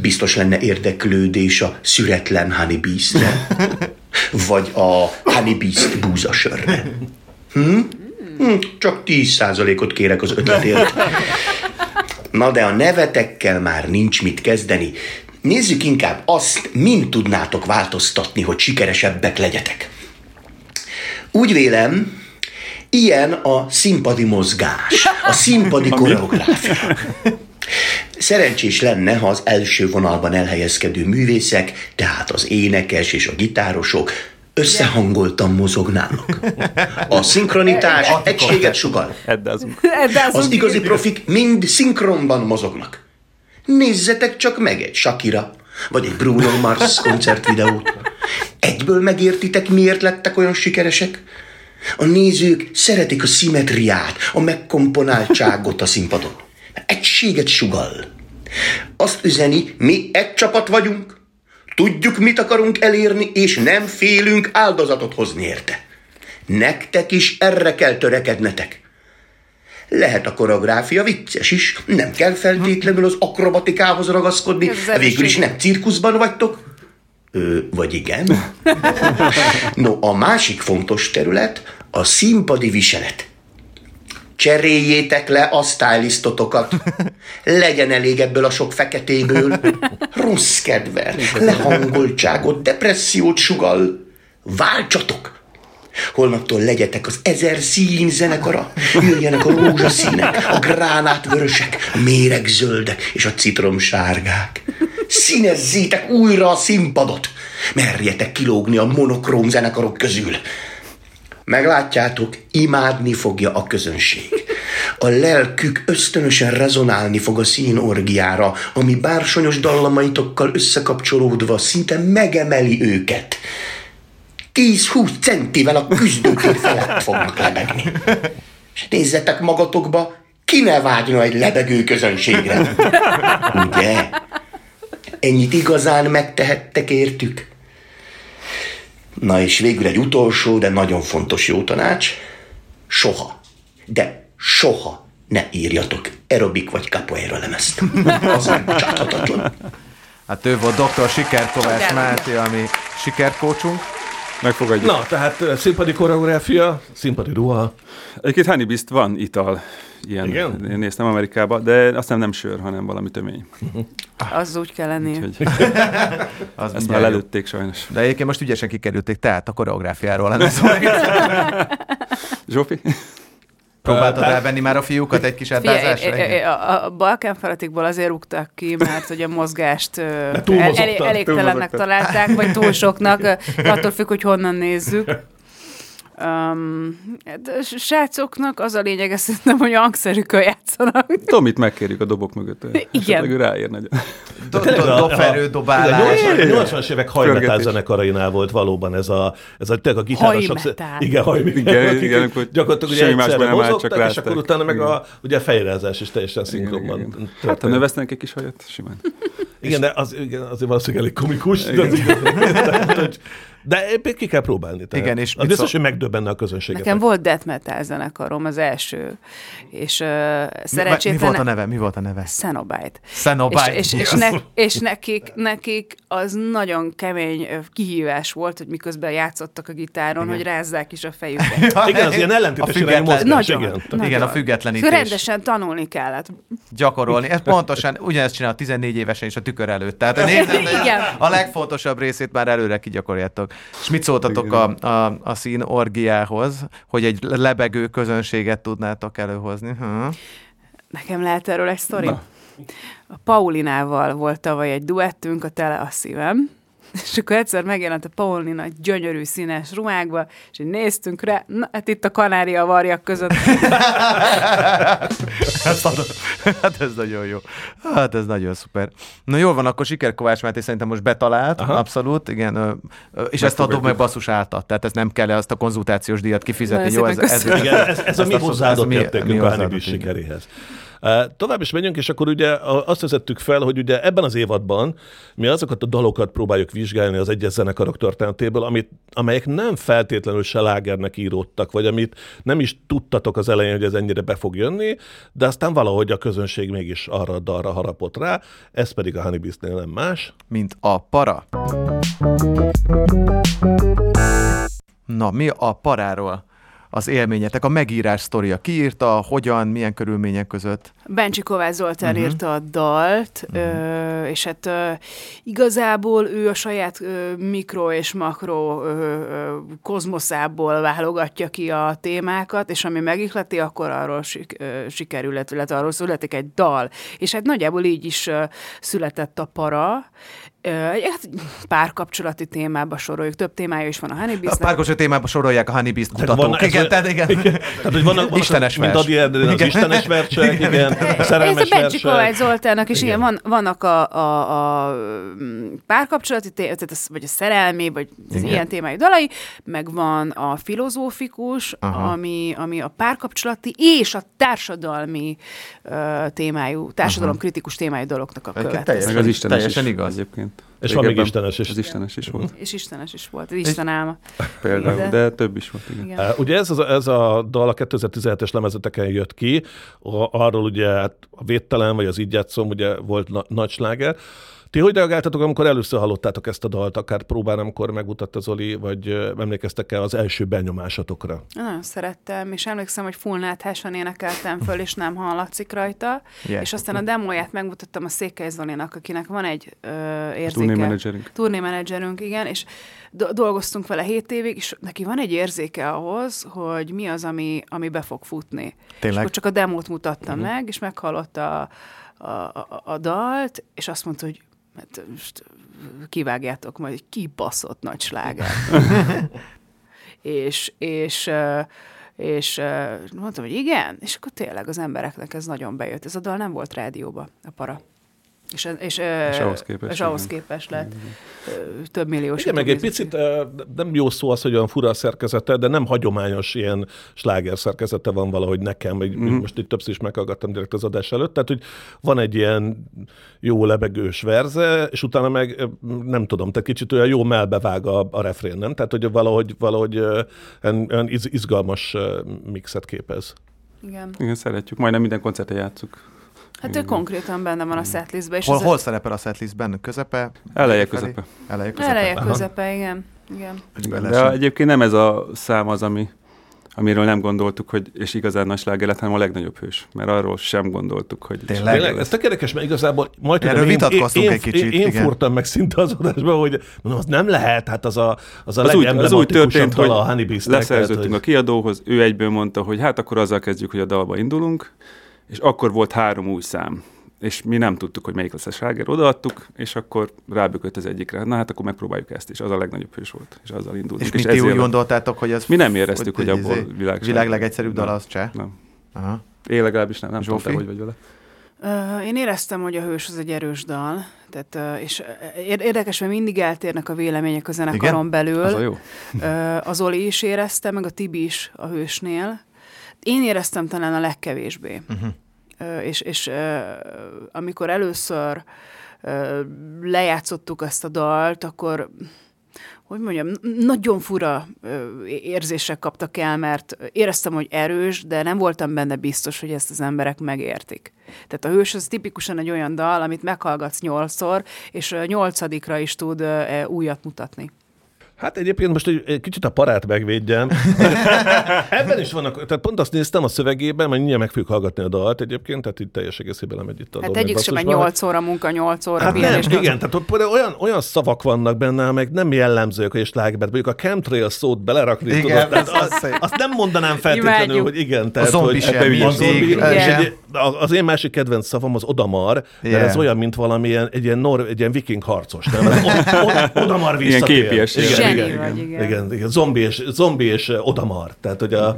Biztos lenne érdeklődés a szüretlen Honey Beast-re, vagy a Honey Beast búzasörre. Hm? Hm, csak 10%-ot kérek az ötletért. Na de a nevetekkel már nincs mit kezdeni. Nézzük inkább azt, min tudnátok változtatni, hogy sikeresebbek legyetek. Úgy vélem, ilyen a színpadi mozgás, a színpadi koreográfia. Szerencsés lenne, ha az első vonalban elhelyezkedő művészek, tehát az énekes és a gitárosok összehangoltan mozognának. A szinkronitás egységet sugal. Eddázunk. De az, Az igazi profik mind szinkronban mozognak. Nézzetek csak meg egy Shakira, vagy egy Bruno Mars koncertvideót. Egyből megértitek, miért lettek olyan sikeresek? A nézők szeretik a szimmetriát, a megkomponáltságot a színpadon. Egységet sugal. Azt üzeni, mi egy csapat vagyunk, tudjuk, mit akarunk elérni, és nem félünk áldozatot hozni érte. Nektek is erre kell törekednetek. Lehet a koreográfia vicces is, nem kell feltétlenül az akrobatikához ragaszkodni, Ez az végül is erőség. nem cirkuszban vagytok. Ö, vagy igen? No, a másik fontos terület a színpadi viselet. Cseréljétek le a stylistotokat. Legyen elég ebből a sok feketéből. Rossz kedvet, lehangoltságot, depressziót sugal. Váltsatok! Holnaptól legyetek az ezer szín zenekara. Jöjjenek a rózsaszínek, a gránátvörösek, a méregzöldek és a citromsárgák. Színezzétek újra a színpadot. Merjetek kilógni a monokróm zenekarok közül. Meglátjátok, imádni fogja a közönség. A lelkük ösztönösen rezonálni fog a színorgiára, ami bársonyos dallamaitokkal összekapcsolódva szinte megemeli őket. 10-20 centivel a küzdőtér felett fognak lebegni. És nézzetek magatokba, ki ne vágyna egy lebegő közönségre. Ugye? Ennyit igazán megtehettek értük. Na és végül egy utolsó, de nagyon fontos jó tanács. Soha, de soha ne írjatok aerobik vagy capoeira lemezt. Az megbocsáthatatlan. Hát ő volt dr. Sikerkovács Máté, ami sikerkócsunk. Megfogadjuk. Na, tehát ö, színpadi koreográfia, színpadi ruha. Egyébként Honey Beast van ital. Ilyen. Igen? Én néztem Amerikába, de aztán nem sör, hanem valami tömény. az úgy kell lenni. Úgyhogy Az ezt már mindjárt jó. lelőtték sajnos. De egyébként most ügyesen kikerülték, tehát a koreográfiáról lenne szó. Zsófi? Próbáltad elvenni már a fiúkat egy kis Figyelj, áldázásra? é- é- é- a, a Balkán feletikból azért rúgtak ki, mert hogy a mozgást ö, el, túlmozogtak, elég, elégtelennek túlmozogtak. találták, vagy túl soknak, ö, attól függ, hogy honnan nézzük. Um, srácoknak az a lényeg, szerintem, hogy hangszerükön játszanak. Tomit megkérjük a dobok mögött. Igen. Esetleg ő ráér nagyon. Do- do- Tényleg a- Doferő, a- dobálás. igen, 80 80-as évek hajmetál Pörgetés. zenekarainál volt valóban ez a, ez a, tényleg a gitárosok. Hajmetál. Igen, hajmetál. Igen, akik igen, amikor gyakorlatilag ugye semmi másban egyszerre nem állt, csak mozogtak, és látták. akkor utána meg a, Igen. ugye a fejrázás is teljesen Igen, szinkronban igen. történt. Hát ha növesztenek egy kis hajat, simán. Igen, de az, igen, azért valószínűleg elég komikus. De az, tehát, hogy De épp ki kell próbálni. Tehát. Igen, és az mit biztos, szó- hogy megdöbbenne a közönséget. Nekem volt death metal zenekarom, az első, és uh, Mi, szerencsétlen... mi volt a neve? Mi volt a neve? Cenobite. Cenobite. És, és, és, ne, és nekik, nekik az nagyon kemény ö, kihívás volt, hogy miközben játszottak a gitáron, hogy rázzák is a fejüket. Igen, az ilyen ellentétes irányú független- mozgás. Nagyon. Igen. Tehát- Nagyon. Igen, a Szóval függetlenítés. rendesen tanulni kellett. Gyakorolni. Ez pontosan ugyanezt csinál a 14 évesen is a tükör előtt. Tehát a, nézet, Igen. a legfontosabb részét már előre kigyakoroljátok. És mit szóltatok a, a, a szín orgiához, hogy egy lebegő közönséget tudnátok előhozni? Hm. Nekem lehet erről egy sztori? A Paulinával volt tavaly egy duettünk, a Tele a szívem, és akkor egyszer megjelent a Paulina gyönyörű színes ruhákba, és így néztünk rá, na, hát itt a kanária varjak között. Hát ez nagyon jó. Hát ez nagyon szuper. Na jól van, akkor siker Kovács Máté szerintem most betalált, Aha. abszolút, igen. Ö, ö, és ezt adom meg basszus által, tehát ez nem kell azt a konzultációs díjat kifizetni. Nagyon Jó, ez, szépen ez, köszönöm. ez, Igen, ez, ez a mi azt- ez hozzáadott mi- mi értékünk a hozzáadott, Honeybee igen. sikeréhez. Uh, Tovább is megyünk, és akkor ugye a- azt vezettük fel, hogy ugye ebben az évadban mi azokat a dalokat próbáljuk vizsgálni az egyes zenekarok történetéből, amit, amelyek nem feltétlenül se lágernek íródtak, vagy amit nem is tudtatok az elején, hogy ez ennyire be fog jönni, de aztán valahogy a közönség mégis arra a dalra harapott rá, ez pedig a Honeybees-nél nem más. mint a para. Na, mi a paráról? az élményetek, a megírás sztoria. Ki írta, hogyan, milyen körülmények között? Bencsi Kovács Zoltán uh-huh. írta a dalt, uh-huh. ö, és hát ö, igazából ő a saját ö, mikro és makro ö, ö, kozmoszából válogatja ki a témákat, és ami megihleti, akkor arról sik, ö, sikerül, illetve arról születik egy dal. És hát nagyjából így is ö, született a para. Ö, hát párkapcsolati témába soroljuk, több témája is van a A Honeybees-nek. párkosok témában sorolják a honeybees-t Tehát kutatók. van- ez igen, van- tehát igen. Tehát, hogy vannak, vannak Istenes mint vers. Adi Erdőn az Igen. Istenes versek, igen, Ez szerelmes a Benji versek. Kovács Zoltának is, igen, van, vannak a, a, a mm, párkapcsolati, té- tehát az, vagy a szerelmi, vagy az ilyen témájú dalai, meg van a filozófikus, ami, ami a párkapcsolati és a társadalmi ö, témájú, társadalomkritikus témájú dolognak a következő. Meg az istenes teljesen is igaz. egyébként. És van még Régebben Istenes is. Az istenes is volt És Istenes is volt, az Isten álma. például, De- de több is volt, igen. Igen. Uh, Ugye ez, az, ez a dal a 2017-es lemezeteken jött ki, a- arról ugye hát a Védtelen, vagy az Így játszom, ugye volt na- nagy sláger. Ti hogy reagáltatok, amikor először hallottátok ezt a dalt, akár próbán, amikor megmutatta Zoli, vagy ö, emlékeztek-e az első benyomásatokra? Nagyon szerettem, és emlékszem, hogy full náthásan énekeltem föl, és nem hallatszik rajta. Yeah. Yeah. És aztán a demóját megmutattam a Székely Zolinak, akinek van egy ö, érzéke. turnémenedzserünk. Turnémenedzserünk, igen, és do- dolgoztunk vele hét évig, és neki van egy érzéke ahhoz, hogy mi az, ami, ami be fog futni. Tényleg? És akkor csak a demót mutattam uh-huh. meg, és meghallotta a, a, a, a dalt, és azt mondta, hogy hát, most kivágjátok majd, hogy kibaszott nagy sláger és, és, ö, és ö, mondtam, hogy igen, és akkor tényleg az embereknek ez nagyon bejött. Ez a dal nem volt rádióba, a para. És, és, ö, És ahhoz képest, és ahhoz igen. képest lett ö, több milliós. Igen, meg egy utóbbi- picit ö, nem jó szó az, hogy olyan fura a szerkezete, de nem hagyományos ilyen sláger szerkezete van valahogy nekem, vagy mm. most itt többször is meghallgattam direkt az adás előtt, tehát hogy van egy ilyen jó lebegős verze, és utána meg ö, nem tudom, tehát kicsit olyan jó melbevág a, a refrén, nem? Tehát, hogy valahogy, valahogy ö, olyan olyan iz, izgalmas ö, mixet képez. Igen. Igen, szeretjük. Majdnem minden koncerten játszuk. Hát ő konkrétan benne van a setlistben. és Hol, ez hol szerepel a setlistben? Közepe? Eleje Felé? közepe. Eleje A közepe. eleje közepe, igen. igen. Igen, Belesen. de egyébként nem ez a szám az, ami, amiről nem gondoltuk, hogy és igazán nagy sláger lett, hanem a legnagyobb hős. Mert arról sem gondoltuk, hogy... Tényleg? Tényleg, ez tök érdekes, mert igazából majd Erről vitatkoztunk én, egy kicsit, Én, én igen. furtam meg szinte az adásban, hogy mondom, az nem lehet, hát az a, az a Az úgy, az úgy legemblematikusabb történt, dala a hogy Honeybees-nek, tehát, leszerződtünk hogy- a kiadóhoz, ő egyből mondta, hogy hát akkor azzal kezdjük, hogy a dalba indulunk, és akkor volt három új szám és mi nem tudtuk, hogy melyik lesz a sláger, odaadtuk, és akkor rábökött az egyikre. Na hát akkor megpróbáljuk ezt is, az a legnagyobb hős volt, és azzal indultunk. És, mi ti úgy ezért- gondoltátok, hogy ez... Mi nem éreztük, hogy egy abból izé- világ- világ legegyszerűbb dal Nem. az cseh. Nem. Aha. Én legalábbis nem, nem tudom, te Zsófi? hogy vagy vele. Ö, Én éreztem, hogy a hős az egy erős dal, tehát, ö, és ö, ér- érdekes, mert mindig eltérnek a vélemények a zenekaron Igen? belül. Az a jó. Ö, Az Oli is érezte, meg a Tibi is a hősnél. Én éreztem talán a legkevésbé. Uh-huh. És, és ö, amikor először ö, lejátszottuk ezt a dalt, akkor hogy mondjam, n- nagyon fura ö, érzések kaptak el, mert éreztem, hogy erős, de nem voltam benne biztos, hogy ezt az emberek megértik. Tehát a Hős az tipikusan egy olyan dal, amit meghallgatsz nyolcszor, és ö, nyolcadikra is tud ö, ö, újat mutatni. Hát egyébként most egy, egy kicsit a parát megvédjem. Ebben is vannak, tehát pont azt néztem a szövegében, mert mindjárt meg fogjuk hallgatni a dalt egyébként, tehát itt teljes egészében nem együtt a Hát dolog, egyik meg sem egy basszus van. 8 óra munka, 8 óra Hát nem, pihenés. nyolc- igen, tehát ott például olyan, olyan szavak vannak benne, amelyek nem jellemzők, és lágbert, mondjuk a chemtrail szót belerakni, Igen, tudod, tehát ez az azt, szép. azt nem mondanám feltétlenül, Imádjuk. hogy igen. Tehát, zombi hogy sem ebbe mindig, a zombi, és igen. egy, a- az én másik kedvenc szavam az odamar, mert Igen. ez olyan, mint valamilyen egy ilyen, nor, egy ilyen viking harcos, nem? Ez od, od, odamar Ilyen visszatér. képies, Zseni igen, igen, vagy, igen, igen. igen. igen, igen. Zombi, és, zombi és ö, odamar. Tehát, hogy a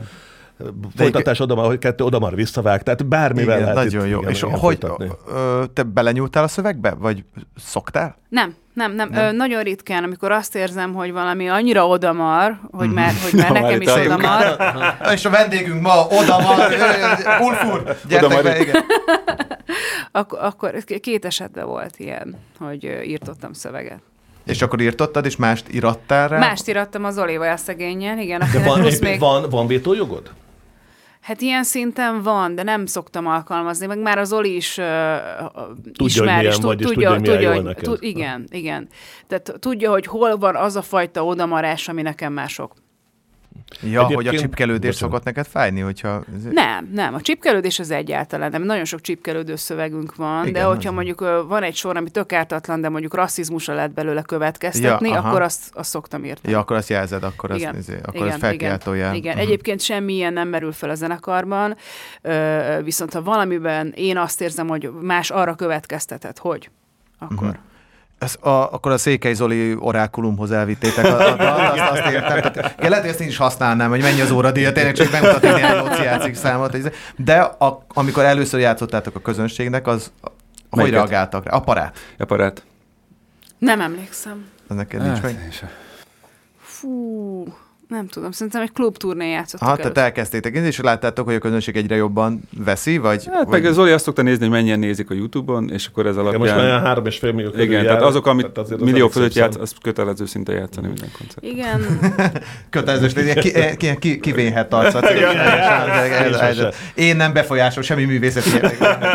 folytatás odamar, hogy kettő odamar visszavág, tehát bármivel Igen, lehet itt- nagyon jó. igen, És igen, hogy folytatni. ö, te belenyúltál a szövegbe? Vagy szoktál? Nem, nem, nem. Ö, nagyon ritkán, amikor azt érzem, hogy valami annyira odamar, hogy Mhm. már, hogy már Na, nekem már is itt tartunk. odamar, És a vendégünk ma oda van, Ulfur, gyertek be, Oda van. igen. ak- akkor k- két esetben volt ilyen, hogy ö, írtottam szöveget. És akkor írtottad, és mást irattál rá? Mást írtam az Olévaja szegényen, igen, De akinek van, plusz egy, még... van, van vétójogod? Hát ilyen szinten van, de nem szoktam alkalmazni, meg már az Oli is uh, hogy ismer, milyen és tud- vagy, és tudja, hogy milyen jó hogy- neked. tud- igen, igen. Tehát tudja, hogy hol van az a fajta odamarás, ami nekem mások. Ja, hogy a Egyébként- csipkelődés Bocsánat. szokott neked fájni, hogyha... Nem, nem. A csipkelődés az egyáltalán nem. Nagyon sok csipkelődő szövegünk van, Igen, de Igen, hogyha az. mondjuk ö, van egy sor, ami tök ártatlan, de mondjuk rasszizmusra lehet belőle következtetni, Ja, ja, aha. akkor azt, azt szoktam írni. Ja, akkor azt jelzed, akkor azt, izé, akkor azt igen, felkiáltójel. igen. Egyébként semmilyen nem merül fel a zenekarban, ö, viszont ha valamiben én azt érzem, hogy más arra következtetett, hogy akkor. Mhm. Uh-huh. Ez a, akkor a Székely Zoli orákulumhoz elvittétek a, a, a, azt, azt értem. Tehát, igen, lehet, hogy ezt én is használnám, hogy mennyi az óradíja, tényleg csak megmutatni néhány Lóci játszik számot. hogy ez- De a, amikor először játszottátok a közönségnek, az hogy Melyiket? reagáltak rá? A parát. Aparát. Nem emlékszem. Ez neked nincs Hát, meg? Fú, nem tudom, szerintem egy klubturnén játszottuk Aha, tehát először. elkezdtétek, és láttátok, hogy a közönség egyre jobban veszi, vagy... Hát vagy... meg Zoli azt szokta nézni, hogy mennyien nézik a Youtube-on, és akkor ez Ja, alapján... most már olyan három és fél millió körül igen, jár, tehát azok, amit tehát azért az millió elég fölött szép szám. játsz, azt kötelező szinte játszani minden koncert. Igen, Kötelezős, ilyen ki, eh, ki, ki, kivénhet arcot. Én nem befolyásol semmi művészeti értéket.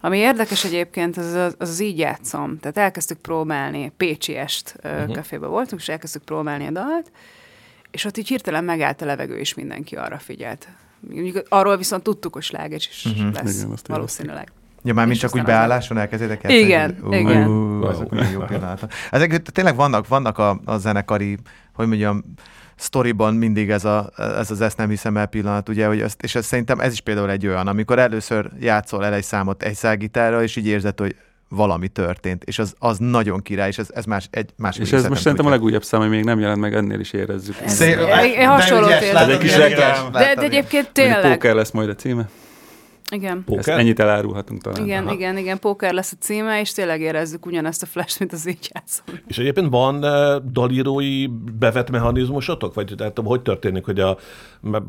Ami érdekes egyébként, az az, az, az így játszom. Tehát elkezdtük próbálni, Pécsi est uh-huh. kafébe voltunk, és elkezdtük próbálni a dalt, és ott így hirtelen megállt a levegő, és mindenki arra figyelt. Mondjuk arról viszont tudtuk, hogy sláger is uh-huh. lesz Igen, igen, azt valószínűleg. Ja, már mind És csak úgy aztán az- beálláson elkezdétek játszani. Igen, Ú, igen. ú, azok olyan jó pillanatok. Ezek tényleg vannak, vannak a, a zenekari, hogy mondjam, sztoriban mindig ez, a, ez az ezt nem hiszem el pillanat, ugye, hogy ezt, és ez, szerintem ez is például egy olyan, amikor először játszol el egy számot egy szágitárra, és így érzed, hogy valami történt, és az, az nagyon király, és ez, ez más, egy másik És ez most szerintem a legújabb szám, ami még nem jelent meg, ennél is érezzük. Ez- Én- én hasonlót érzem. Ez egy kis reklám. De, de egyébként Mondjuk tényleg. Póker lesz majd a címe. Igen. Ezt Póker? ennyit elárulhatunk talán. Igen, Aha. igen, igen, póker lesz a címe, és tényleg érezzük ugyanazt a flash, mint az így játszom. És egyébként van eh, dalírói bevett mechanizmusotok? Vagy tehát, hogy történik, hogy a,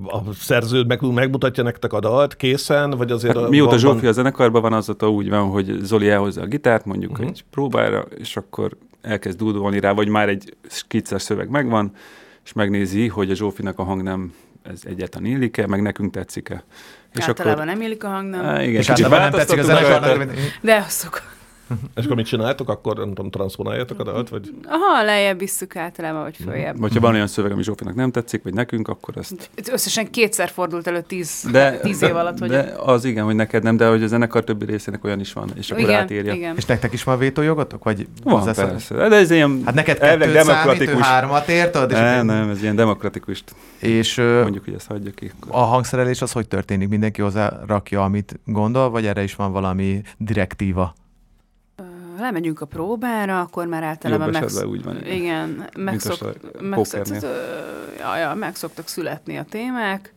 a szerző meg, megmutatja nektek a dalt készen, vagy azért... Hát, a- mióta van- Zsófi van- a zenekarban van, azóta úgy van, hogy Zoli elhozza a gitárt mondjuk Mhm. uh-huh. egy próbára, és akkor elkezd dúdolni rá, vagy már egy skicces szöveg megvan, és megnézi, hogy a Zsófinak a hang nem ez egyáltalán illik-e, meg nekünk tetszik-e. És Általában nem élik a hang, nem? Á, igen, És általában nem tetszik az zenekarnak. De azok. És akkor mit csináltok? Akkor nem tudom, transponáljátok a dalt? Vagy... Aha, lejjebb visszük általában, vagy följebb. Hát, Hogyha van olyan szöveg, ami Zsófinak nem tetszik, vagy nekünk, akkor ezt... Összesen kétszer fordult elő tíz, Mhm. De, tíz év alatt, hogy de az igen, hogy neked nem, de hogy a zenekar többi részének olyan is van, és akkor igen, átírja. igen. És nektek is van vétójogotok? Vagy Van, hozzászólás? persze. De ez ilyen Hát neked elvileg kettőt számít, ő hármat ért, tudod, és, Nem, nem, ez ilyen demokratikus, és ö, mondjuk, hogy ezt hagyja ki. a hangszerelés az hogy történik? Mindenki hozzá rakja, amit gondol, vagy erre is van valami direktíva? Ha lemegyünk a próbára, akkor már általában Jobb megsz... esetben úgy van, igen. Igen, megszok... a megszok... pókernél. Ja, ja, megszoktak születni a témák,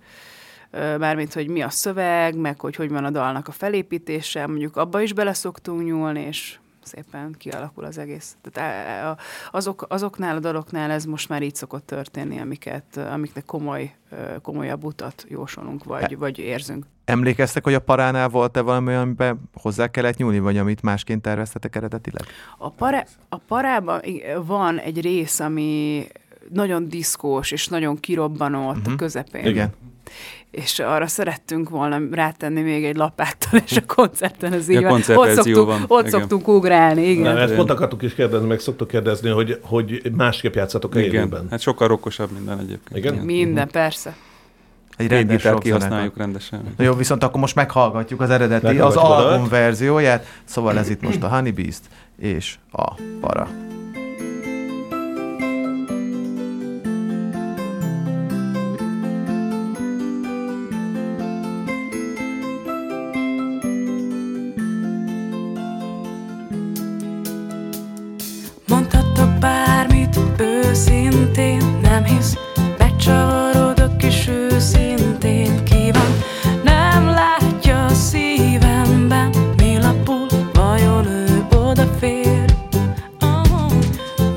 ö, mármint, hogy mi a szöveg, meg hogy hogy van a dalnak a felépítése, mondjuk abba is beleszoktunk nyúlni, és szépen kialakul az egész. Tehát á- á- azok, azoknál a daloknál ez most már így szokott történni, amiket, amiknek komoly, ö, komolyabb utat jósolunk, Hát vagy, vagy érzünk. Emlékeztek, hogy a paránál volt-e valami, amiben hozzá kellett nyúlni, vagy amit másként terveztetek eredetileg? A, pará, a parában i- van egy rész, ami nagyon diszkós és nagyon kirobbanó ott Mhm. a közepén. Igen. És arra szerettünk volna rátenni még egy lapáttal, és a koncerten az Ja, így van. Ott koncertverzió szoktunk, van, ott igen. szoktunk ugrálni, igen. Nem, ezt pont akartuk is kérdezni, meg szoktuk kérdezni, hogy, hogy másképp játszatok a Igen, élőben. hát sokkal rokkosabb minden egyébként. Igen? Minden, persze. Egy Két rendes gitárt rock kihasználjuk zenekar. rendesen. Na Jó, viszont akkor most meghallgatjuk az eredeti, az Meghallgatjuk a dalt. album verzióját. Szóval ez itt most a Honey Beast és a para. Mondhattok bármit őszintén, nem hisz, becsavarodok kis őszintén kíván. Nem látja a szívemben, mi lapul, vajon ő odafér. Oh,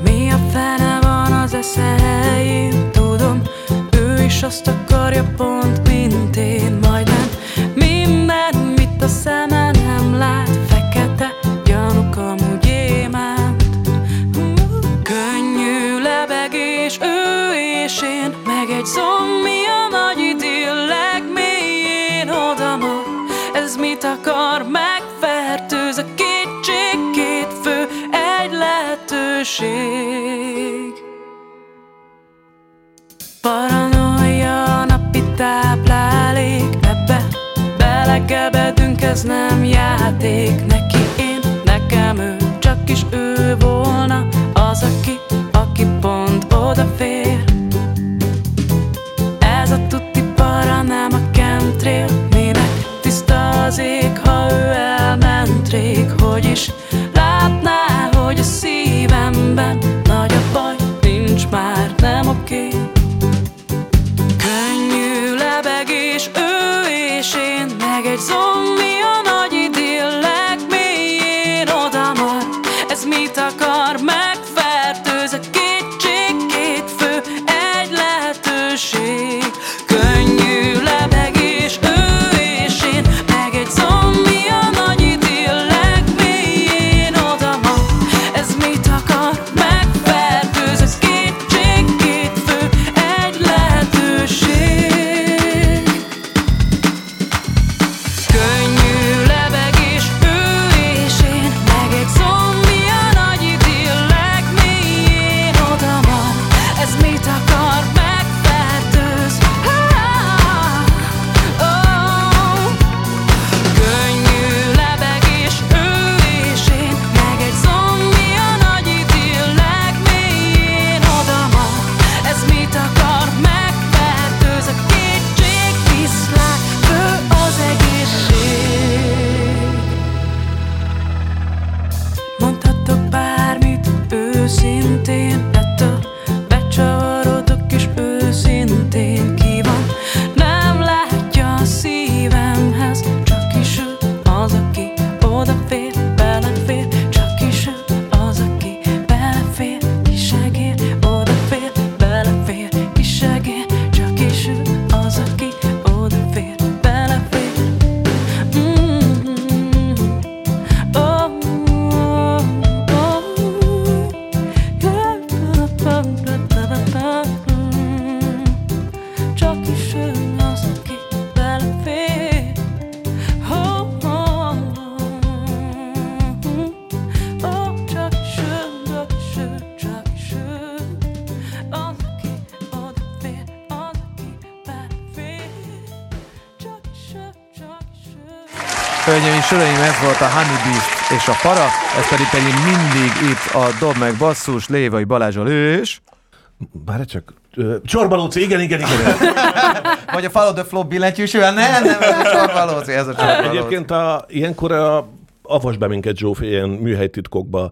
mi a fene van az esze helyén, tudom, ő is azt akarja pont, mint én, majdnem minden, mit a szeme nem lát, fekete gyanúk amúgy émánt. Könnyű lebegés, ő és én, meg egy zombi a nagy idill legmélyén oda ma. Ez mit akar, megfertőz a kétség, két fő, egy lehetőség. Paranoia a napi táplálék Ebbe belegebedünk, ez nem játék Neki én, nekem ő, csak is ő volna Az, aki, aki pont odafér Ez a tuti para, nem a chemtrail Minek tiszta az ég, ha ő elment rég Hogy is látná, hogy a szívemben Nagy a baj, nincs már, nem oké Könnyű lebegés, ő és én, meg egy zombi a nagy idill legmélyén odamar. Ez mit akar, megfertőz a kétség, két fő, egy lehetőség. Könnyű lebegés, ő és én, meg egy zombi a nagy idill legmélyén odamar. Ez mit akar, megfertőz, ez kétség, két fő, egy lehetőség. Könnyű lebegés, ő és én, meg egy zombi a nagy idill legmélyén oda van. Ez mit akar, megfertőz. Ah, oh. Könnyű lebegés, ő és én, meg egy zombi a nagy idill legmélyén oda van. Ez mit akar, megfertőz a kétség, viszlát, fő az egészség. Mondhattok bármit őszintén Ettől becsavarodok és őszintén kíván Nem látja a szívemhez Csak is ő az, aki odafér, belefér Csak is ő az, aki belefér, kisegér Odafér, belefér, kisegér Csak is ő az, aki odafér, belefér mm Oh, csak is ő az, aki belefér. Oh, oh, oh, csak is ő, csak is ő, csak is ő. Az, aki odafér, az, aki belefér. Csak is ő, csak is ő. Hölgyeim és uraim, ez volt a Honey Beast és a para, ez pedig pedig mindig itt a Dob meg Basszus, Lévai Balázsol és... Bár csak... Ö, Csorba Lóci, igen, igen, igen. Vagy a Follow the Flop billentyűsével? Nem, nem, ez a csorbalóci, ez a csorbalóci. Egyébként a, ilyenkor a, avas be minket Zsófi ilyen műhelytitkokba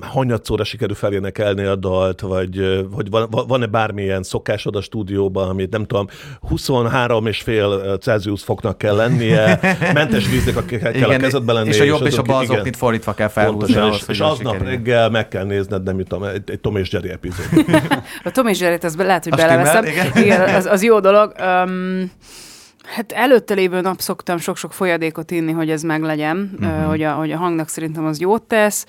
hanyatszóra sikerül felénekelni a dalt, vagy, vagy van, van-e bármilyen szokásod a stúdióban, amit nem tudom, 23 és fél Celsius foknak kell lennie, mentes víznek a- kell a kezedbe lennie. és a jobb és, a azok- bal igen. zoknit fordítva kell felhúzni. Pontosan, ahhoz, és, hogy és jól aznap sikerüljön. reggel meg kell nézned, nem tudom, egy, egy Tom és Jerry epizód. A Tom és Jerry-t, azt be- lehet, hogy Azt beleveszem. stimmel, Igen, az, az jó dolog. Um, hát előtte lévő nap szoktam sok-sok folyadékot inni, hogy ez meglegyen, Mhm. uh-huh. hogy, a, hogy a hangnak szerintem az jót tesz.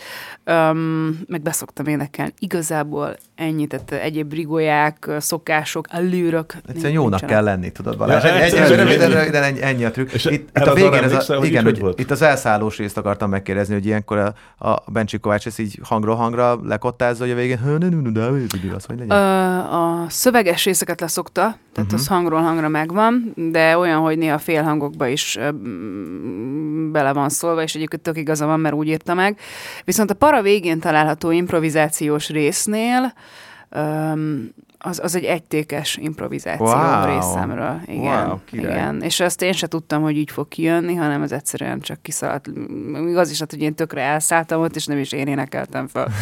Um, meg beszoktam énekelni. Igazából ennyi, tehát egyéb rigóják, szokások, allűrök. Egyszerűen jónak nincsenek. kell lenni, tudod Balázs. Ja, Egy, egy, egyszerűen röviden, ennyi. röviden ennyi, ennyi a trükk. És Itt, itt erre a az végén, ez emlékszel, a, hogy így igen, hogy hogy volt? itt az elszállós részt akartam megkérdezni, hogy ilyenkor a, a Bencsi Kovács ezt így hangról hangra lekottázza, hogy a végén "Hö, nö, nö, nö, nö, nö", mindig az, hogy legyen. Ö, a szöveges részeket leszokta, tehát uh-huh. Mhm. az hangról hangra megvan, de olyan, hogy néha félhangokba is ö, mm, bele van szólva, és egyébként tök igaza van, mert úgy írta meg. Viszont a para végén található improvizációs résznél öm, az, az egy egytékes improvizáció Wow. wow. részemről. Igen, Wow, király. igen. És ezt én se tudtam, hogy így fog kijönni, hanem ez egyszerűen csak kiszaladt. Igaz is, hát, hogy én tökre elszálltam ott, és nem is én énekeltem fel.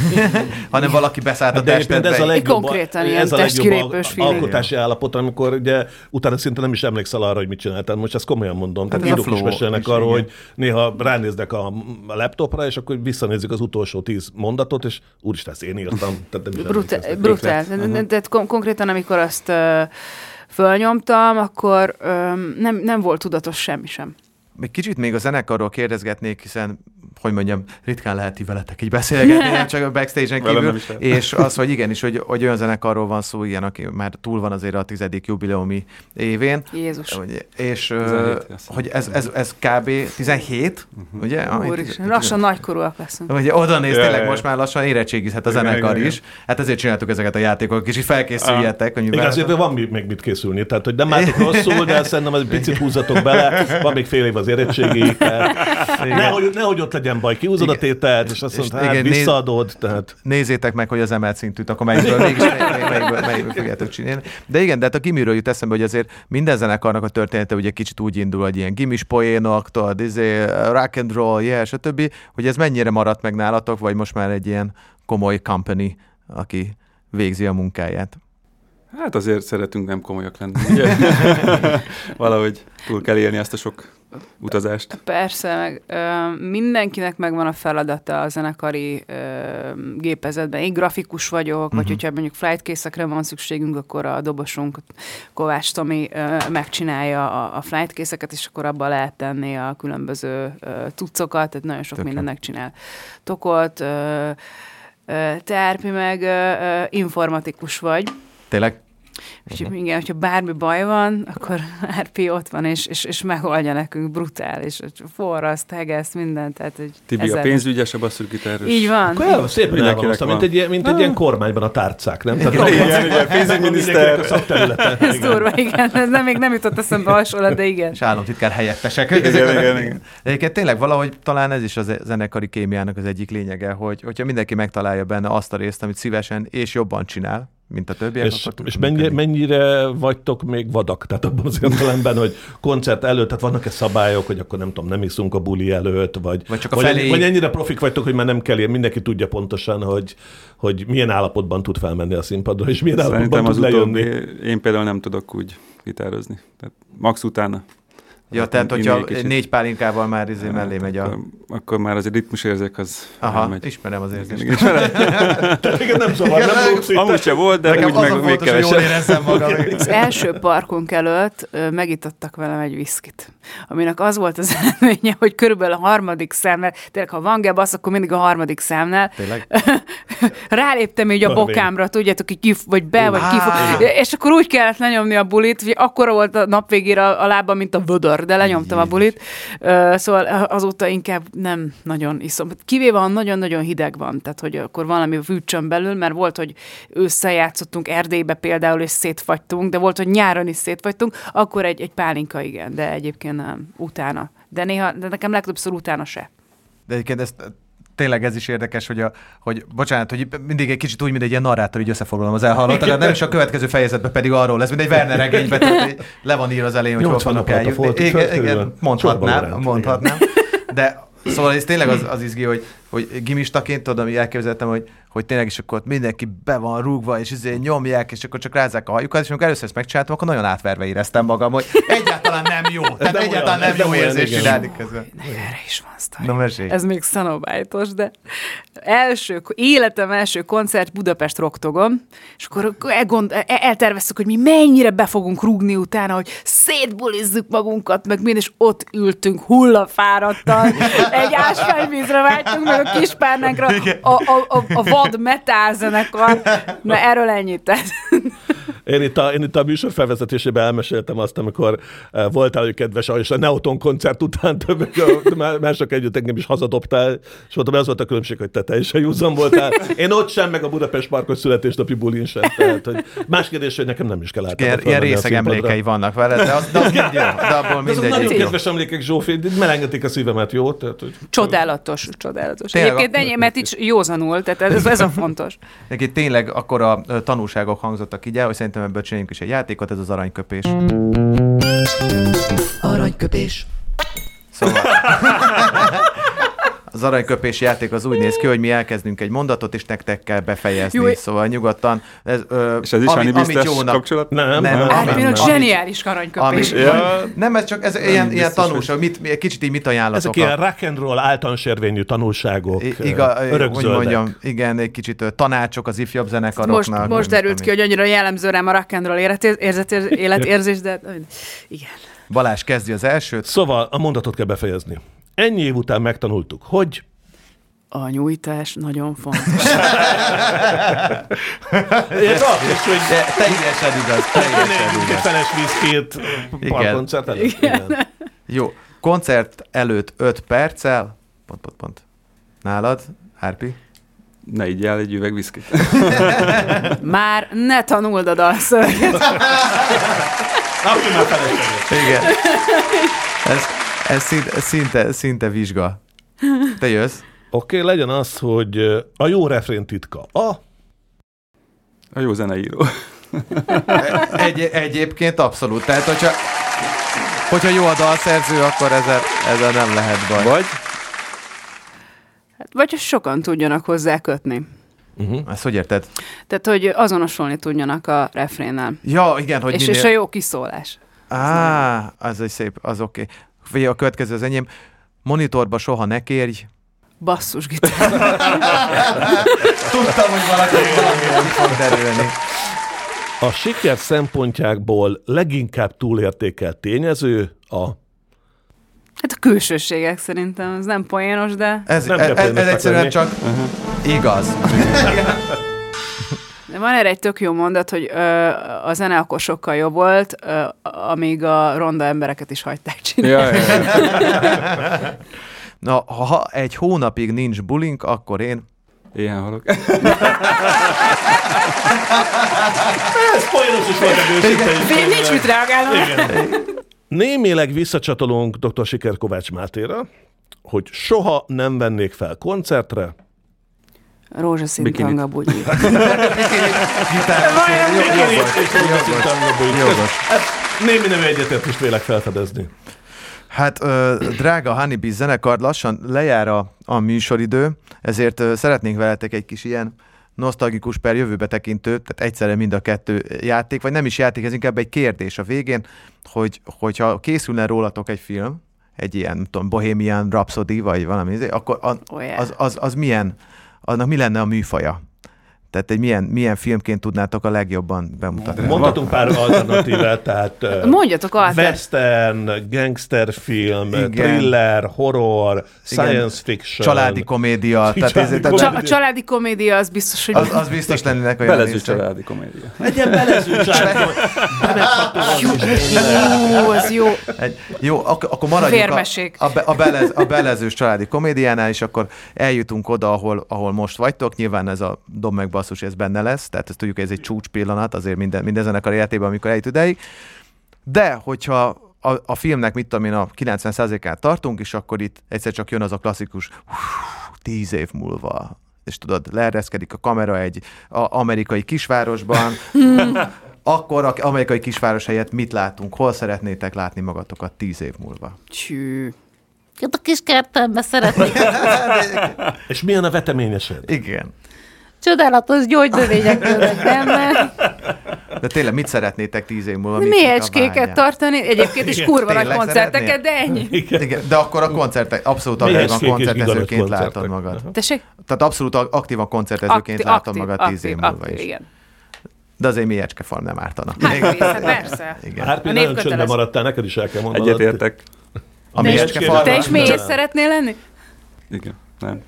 Hanem valaki beszállt a Hát De egyébként testedbe. ez a legjobb, Konkrétan ilyen ez a legjobb testkirépős al- feeling. alkotási állapot, amikor ugye utána szinte nem is emlékszel arra, hogy mit csináltál. Most ezt komolyan mondom. Tehát Hát ez a írók is flow mesélnek is, arról, igen. hogy néha ránéznek a, a laptopra, és akkor visszanézzük az utolsó tíz mondatot, és úristen, ezt én írtam. Tehát nem is Brutál, eh, emlékeznek. brutál. Tehát kon- konkrétan, amikor azt ö, fölnyomtam, akkor ö, nem, nem volt tudatos semmi sem. Még kicsit még a zenekarról kérdezgetnék, hiszen, hogy mondjam, ritkán lehet ti veletek így beszélgetni, nem csak a backstage-en Velem kívül. nem is lehet. És az, hogy igenis, hogy, hogy olyan zenekarról van szó, ilyen, aki már túl van azért a tizedik jubileumi évén. Jézus. Ugye, és ö, 17, azt hiszem. Mhm. hogy ez, ez, ez kb. 17, ugye? Ami Úristen, 17. lassan nagykorúak leszünk. Ugye oda néz, Ja, tényleg ja, ja. most már lassan érettségizhet a Igen, zenekar igen, is. Hát ezért csináltuk ezeket a játékokat, és így felkészüljetek, hogy Igen, mivel- azért van mi- még mit készülni, tehát hogy nem álltok rosszul, de szerintem egy picit húzzatok bele, van még fél év az érettségéig, tehát nehogy, nehogy ott legyen baj, kihúzod a Igen. tételt, és azt És mondod, hát igen, néz- visszaadod, tehát nézzétek meg, hogy az emelt szintűt, akkor melyikből, mégis, melyikből, melyikből, melyikből fogjátok csinálni. De igen, de hát a gimiről jut eszembe, hogy azért minden zenekarnak a története ugye kicsit úgy indul, hogy ilyen gimis poénok, tudod, izé, rock and roll, yeah, stb. Hogy ez mennyire maradt meg nálatok, vagy most már egy ilyen komoly company, aki végzi a munkáját. Hát azért szeretünk nem komolyak lenni, ugye? Valahogy túl kell élni ezt a sok utazást. Persze, meg ö, mindenkinek megvan a feladata a zenekari ö, gépezetben. Én grafikus vagyok, uh-huh. Mhm. vagy hogyha mondjuk flightkészekre van szükségünk, akkor a dobosunk Kovács Tomi ö, megcsinálja a, a flightkészeket, és akkor abba lehet tenni a különböző ö, tucokat, tehát nagyon sok Tök jó. mindennek csinál. Tokot, ö, ö, terpi, meg ö, ö, informatikus vagy. Tényleg? Úgyhogy igen, hogyha bármi baj van, akkor RP ott van, és, és, és megoldja nekünk brutális, hogy forraszt, hegesz, mindent. Tehát, hogy Tibi a ezer- pénzügyesebb, a szürkiterős. Így van. Akkor el, szépen Mindenkinek elhangoztam, mint van. egy, ilyen- mint egy ilyen kormányban a tárcák, nem? Tehát Igen, abban- igen, igen, pénzügyminiszter. a szakterülete. Ez durva, igen. Ez nem, még nem jutott eszembe hasonlat, de igen. És államtitkár helyettesek. Igen, igen, igen. Egyébként tényleg valahogy talán ez is a ze- zenekari kémiának az egyik lényege, hogy hogyha mindenki megtalálja benne azt a részt, amit szívesen és jobban csinál, mint a többiek, És, akkor tud és mennyire, működni. mennyire vagytok még vadak? Tehát abban az értelemben, hogy koncert előtt, tehát vannak-e szabályok, hogy akkor nem tudom, nem iszunk a buli előtt, vagy, Vagy csak a vagy, felé- vagy ennyire profik vagytok, hogy már nem kell, ilyen- mindenki tudja pontosan, hogy, hogy milyen állapotban tud felmenni a színpadra, és milyen Szerintem állapotban az tud lejönni. utóbbi, én például nem tudok úgy gitározni. Tehát max utána. Hát Ja, tehát Inni hogyha egy kicsit. Hát, négy pálinkával már izé mellé megy a... Akkor, akkor már azért ritmusérzék az Aha, elmegy. ismerem az érzést. Igen, ismered? Tehát igen, nem zavar, Igen, nem rúgsz itt. Amúgy se volt, de Nekem úgy az a meg még fontos, hogy jól kevesebb. érezzem magam. Az első parkunk előtt ö, megittattak velem egy viszkit, aminek az volt az előnye, hogy körülbelül a harmadik számnál, tényleg ha van gebasz, akkor mindig a harmadik számnál, Tényleg? ráléptem így a Törvény. bokámra, tudjátok, hogy kif, vagy be, vagy Á, kif, és akkor úgy kellett lenyomni a bulit, hogy akkora volt a nap végére a a lábam, mint a vödör, de lenyomtam a bulit, Ö, szóval azóta inkább nem nagyon iszom. Kivéve, ha nagyon-nagyon hideg van, tehát hogy akkor valami fűtsön belül, mert volt, hogy ősszel játszottunk Erdélybe például, és szétfagytunk, de volt, hogy nyáron is szétfagytunk, akkor egy, egy pálinka igen, de egyébként nem, utána. De néha, de nekem legtöbbször utána se. De egyébként ez tényleg ez is érdekes, hogy, a, hogy bocsánat, hogy mindig egy kicsit úgy, mint egy ilyen narrátor, így összefoglalom az elhallottakat, nem is a következő fejezetben pedig arról lesz, mint egy Werner regényben, tehát így le van írva az elején, hogy hol 80 fognak nap alatt a eljutni. Folti Igen, földkörül igen, van. Sorba mondhatnám, Lorent, mondhatnám, de Szóval ez tényleg az, az izgi, hogy, hogy gimistaként tudom, hogy elképzeltem, hogy, hogy tényleg is akkor ott mindenki be van rúgva, és izé nyomják, és akkor csak rázzák a hajukat, és amikor először ezt megcsináltam, akkor nagyon átverve éreztem magam, hogy egyáltalán nem jó. Tehát nem egyáltalán nem olyan, ez jó nem olyan, érzés igen. csinálni közben. Nekem erre is van sztori. Na, mesélj. Ez még szanobájtos, de első, életem első koncert Budapest Roktogon, és akkor e elgond, el- elterveztük, hogy mi mennyire be fogunk rúgni utána, hogy szétbulizzuk magunkat, meg mind, és ott ültünk hullafáradtan, egy ásványvízre váltunk, meg a kispárnánkra, a, a, a, a vad metal zenekar. Na, erről ennyit. Tehát Én itt, a, én itt a műsor felvezetésében elmeséltem azt, amikor eh, voltál, hogy kedves, és a Neoton koncert után több, má- mások együtt engem is hazadobtál, és mondtam, ez volt a különbség, hogy te teljesen júzom voltál. Én ott sem, meg a Budapest Parkos születésnapi bulin sem. Tehát, hogy más kérdés, hogy nekem nem is kell át. Ilyen, ilyen részeg emlékei vannak veled, de az, de az mind jó, de abból De azok nagyon mindegy jó. kedves emlékek, Zsófi, melengetik a szívemet, jó? Tehát, hogy... csodálatos, csodálatos. Tényleg, Egyébként ennyi, mert így józanul, tehát ez, ez a fontos. Neki tényleg akkora ö, tanulságok hangzottak így el, hogy szerintem ebből csináljunk is egy játékot, ez az aranyköpés. Aranyköpés. Szóval... Az aranyköpés játék az úgy néz ki, hogy mi elkezdünk egy mondatot, és nektek kell befejezni. Jó. Jó. Szóval nyugodtan. Ez, ö, És ez is Ani biztos kapcsolat? Nem, Nem, nem, hát Hát nem, nem. például zseniális Amit, aranyköpés. ja. Nem, ez csak ez ilyen, ilyen biztos, tanulság, mit, mi- kicsit így mit ajánlatok? Ezek ilyen rock and roll általános érvényű tanulságok, I- Iga, Iga, hogy örökzöldek. mondjam, igen, egy kicsit ö, tanácsok az ifjabb Most, zenekaroknak. most nem derült tudom ki, hogy annyira jellemző rám a rock and roll életér- érzet- ér- életérzés, de igen. mi. Balázs kezdi az elsőt. Szóval a mondatot kell befejezni. Ennyi év után megtanultuk, hogy A nyújtás nagyon fontos. és az is, hogy De teljesen igaz, teljesen egy igaz. feles vízkét Igen. parkoncert előtt. Igen. Jó, koncert előtt 5 perccel, pont, pont, pont. Nálad, Árpi? Ne így el egy üveg viszkit. Már ne tanuld a dalszöveget. Aki már felesleges. Igen. Ez, ez szinte, szinte, szinte vizsga. Te jössz? Oké, okay, legyen az, hogy ö, a jó refrén titka. A, A jó zeneíró. Egy, egyébként abszolút. Tehát, hogyha, hogyha jó a dalszerző, akkor ezzel, ezzel nem lehet baj. Vagy Hát, Vagy hogy sokan tudjanak hozzá kötni. Ezt hogy érted? Tehát, hogy azonosulni tudjanak a refrénnel. Ja, igen, hogy És, minél... és a jó kiszólás. Á, az egy szép, az oké. Okay. Figyelj, a következő az enyém. Monitorba soha ne kérj. Basszusgitár. Tudtam, hogy valaki valami fog derülni. a siker szempontjából leginkább túlértékelt tényező a Hát a külsőségek szerintem, ez nem poénos, de, Ez, Nem nem kell ez, ez, pénzt egyszerűen csak akarni. igaz. de van erre egy tök jó mondat, hogy ö, a zene akkor sokkal jobb volt, ö, amíg a ronda embereket is hagyták csinálni. ja, ja, ja. Na, ha egy hónapig nincs bulink, akkor én... Ilyen halok. Ez poénos is volt a Figyelj, nincs mit reagálnom. Némileg visszacsatolunk dr. Siker Kovács Mátéra, hogy soha nem vennék fel koncertre, Rózsaszín Bikinit. tanga bugyi. Jó, jó volt, jó volt. Jogos. Némi nem egyetértést vélek felfedezni. Hát, ö, drága Honeybee zenekar, lassan lejár a, a műsoridő, ezért ö, szeretnénk veletek egy kis ilyen nosztalgikus per jövőbe tekintő, tehát egyszerre mind a kettő játék, vagy nem is játék, ez inkább egy kérdés a végén, hogy, hogyha készülne rólatok egy film, egy ilyen, nem tudom, Bohemian Rhapsody, vagy valami, izé, akkor a, Oh, yeah. az, az, az milyen, annak mi lenne a műfaja? Tehát egy milyen, milyen filmként tudnátok a legjobban bemutatni? Mondhatunk pár alternatívát, tehát ö, Mondjatok alter. western, gangsterfilm, Igen. thriller, horror, science fiction. Családi komédia. Tehát Családi ezért- komédia. Csa- a családi komédia az biztos, hogy Az, az biztos lennének olyan Belező részek. családi komédia. Egy ilyen belező családi komédia. jó, az jó. Egy, jó, ak- akkor maradjunk a, Vérmeség. a, be- a, belez, a belezős családi komédiánál, és akkor eljutunk oda, ahol, ahol most vagytok. Nyilván ez a dob meg basszus, ez benne lesz, tehát ezt tudjuk, ez egy csúcs pillanat azért minden, minden zenekar életében, amikor eljut ideig. De, hogyha a, a filmnek, mit tudom én, a 90%-át tartunk, és akkor itt egyszer csak jön az a klasszikus tíz év múlva, és tudod, leereszkedik a kamera egy a, amerikai kisvárosban, akkor a amerikai kisváros helyett mit látunk, hol szeretnétek látni magatokat tíz év múlva? Csű. Itt a kis kertembe szeretnék. És milyen a veteményesed? Igen. Csodálatos gyógynövényekről vagy benne. De tényleg mit szeretnétek tíz év múlva? mit Méhecskéket kívánják? tartani, egyébként is kurva nagy Tényleg koncerteket, de szeretnél? ennyi. Igen, de akkor a koncertek, abszolút aktívan Méhecskék és koncertezőként giganos látod koncertek. magad. Tessék? Tehát abszolút ak- aktívan koncertezőként Akti- látod magad tíz év múlva aktív, is. Igen. De azért mélyecske farm nem ártana. Hát persze, persze. Igen. Árpi, A nagyon névkötelező. csöndben maradtál, neked is el kell mondanod. Egyetértek. A Te is- mélyecske te farm. Te is miért szeretnél lenni? Igen. Nem.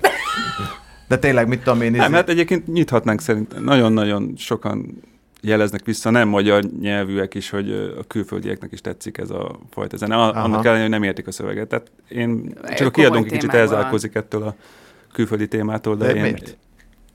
De tényleg mit tudom én, Nem, izé- hát egyébként nyithatnánk szerintem. Nagyon-nagyon sokan jeleznek vissza, nem magyar nyelvűek is, hogy ö, a külföldieknek is tetszik ez a fajta zene. A- Aha. Annak ellenére, hogy nem értik a szöveget. Tehát én csak komoly a kiadónk egy kicsit témák vannak. elzárkózik ettől a külföldi témától, de, De én miért?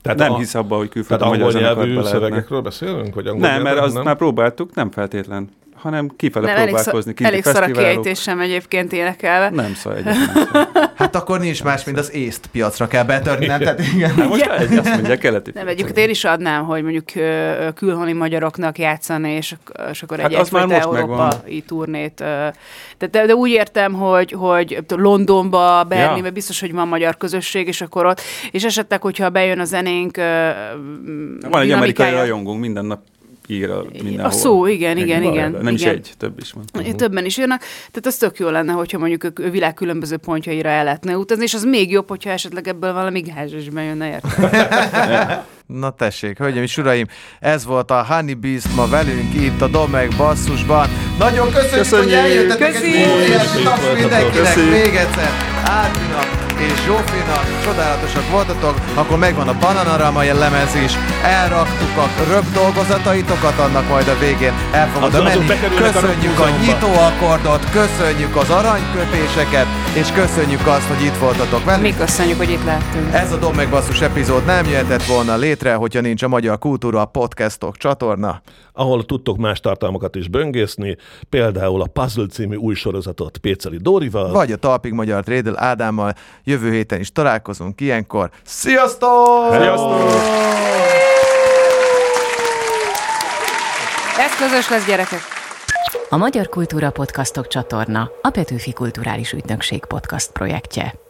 Tehát nem a- hisz abba, hogy Tehát külföldi angol magyar nyelvű zenekart be lehetne. szövegekről beszélünk? Vagy angol Nem, mert nyelven, azt már próbáltuk, nem feltétlen, hanem kifele Nem, elég, szor, próbálkozni, kinti elég szar a fesztiválok. kiejtésem egyébként énekelve. Nem szar egyébként. hát akkor nincs más, mint az észt piacra kell betörni, nem? Tehát igen. Hát most egy, azt mondja, keleti. Nem, egyébként én is adnám, hogy mondjuk ö, ö, külhoni magyaroknak játszani, és, ak- és akkor egy Hát hát az már egyfajta most megvan. európai turnét. ö. De, de, de úgy értem, hogy, hogy Londonba, Berlinbe Ja. biztos, hogy van magyar közösség, és akkor ott, és esetleg, hogyha bejön a zenénk ö, m, Van egy amerikai dinamikája- rajongónk, minden nap ír a mindenhol. A szó, igen, igen, van. igen, Nem is igen. egy, több is van. Uh-huh. Többen is jönnek, tehát az tök jó lenne, hogyha mondjuk a k- világ különböző pontjaira el lehetne utazni, és az még jobb, hogyha esetleg ebből valami gázs bejönne, érted? Na tessék, hölgyeim és uraim, ez volt a Honey Beast ma velünk itt a Domek basszusban. Nagyon köszönjük, Köszönjük! hogy eljöttetek egy Köszi! óriási nap Köszi! mindenkinek. Köszi! Még egyszer, Árpinak és Zsófinak csodálatosak voltatok, akkor megvan a Bananarama jellemez is. Elraktuk a röp dolgozataitokat, annak majd a végén el fogod Azok- azok menni. bekerülnek a Köszönjük a múzeumba. nyitóakkordot, köszönjük az aranyköpéseket, és köszönjük azt, hogy itt voltatok velünk. Mi köszönjük, hogy itt lettünk. Ez a Dom meg basszus epizód nem jöhetett volna létre, hogyha nincs a Magyar Kultúra a Podcastok csatorna. ahol tudtok más tartalmakat is böngészni, például a Puzzle című új sorozatot Péceli Dórival, Vagy a Talpig Magyar Trédel Ádámmal. Jövő héten is találkozunk ilyenkor. Sziasztok! Sziasztok! Ez közös lesz, gyerekek! A Magyar Kultúra Podcastok csatorna a Petőfi Kulturális Ügynökség podcast projektje.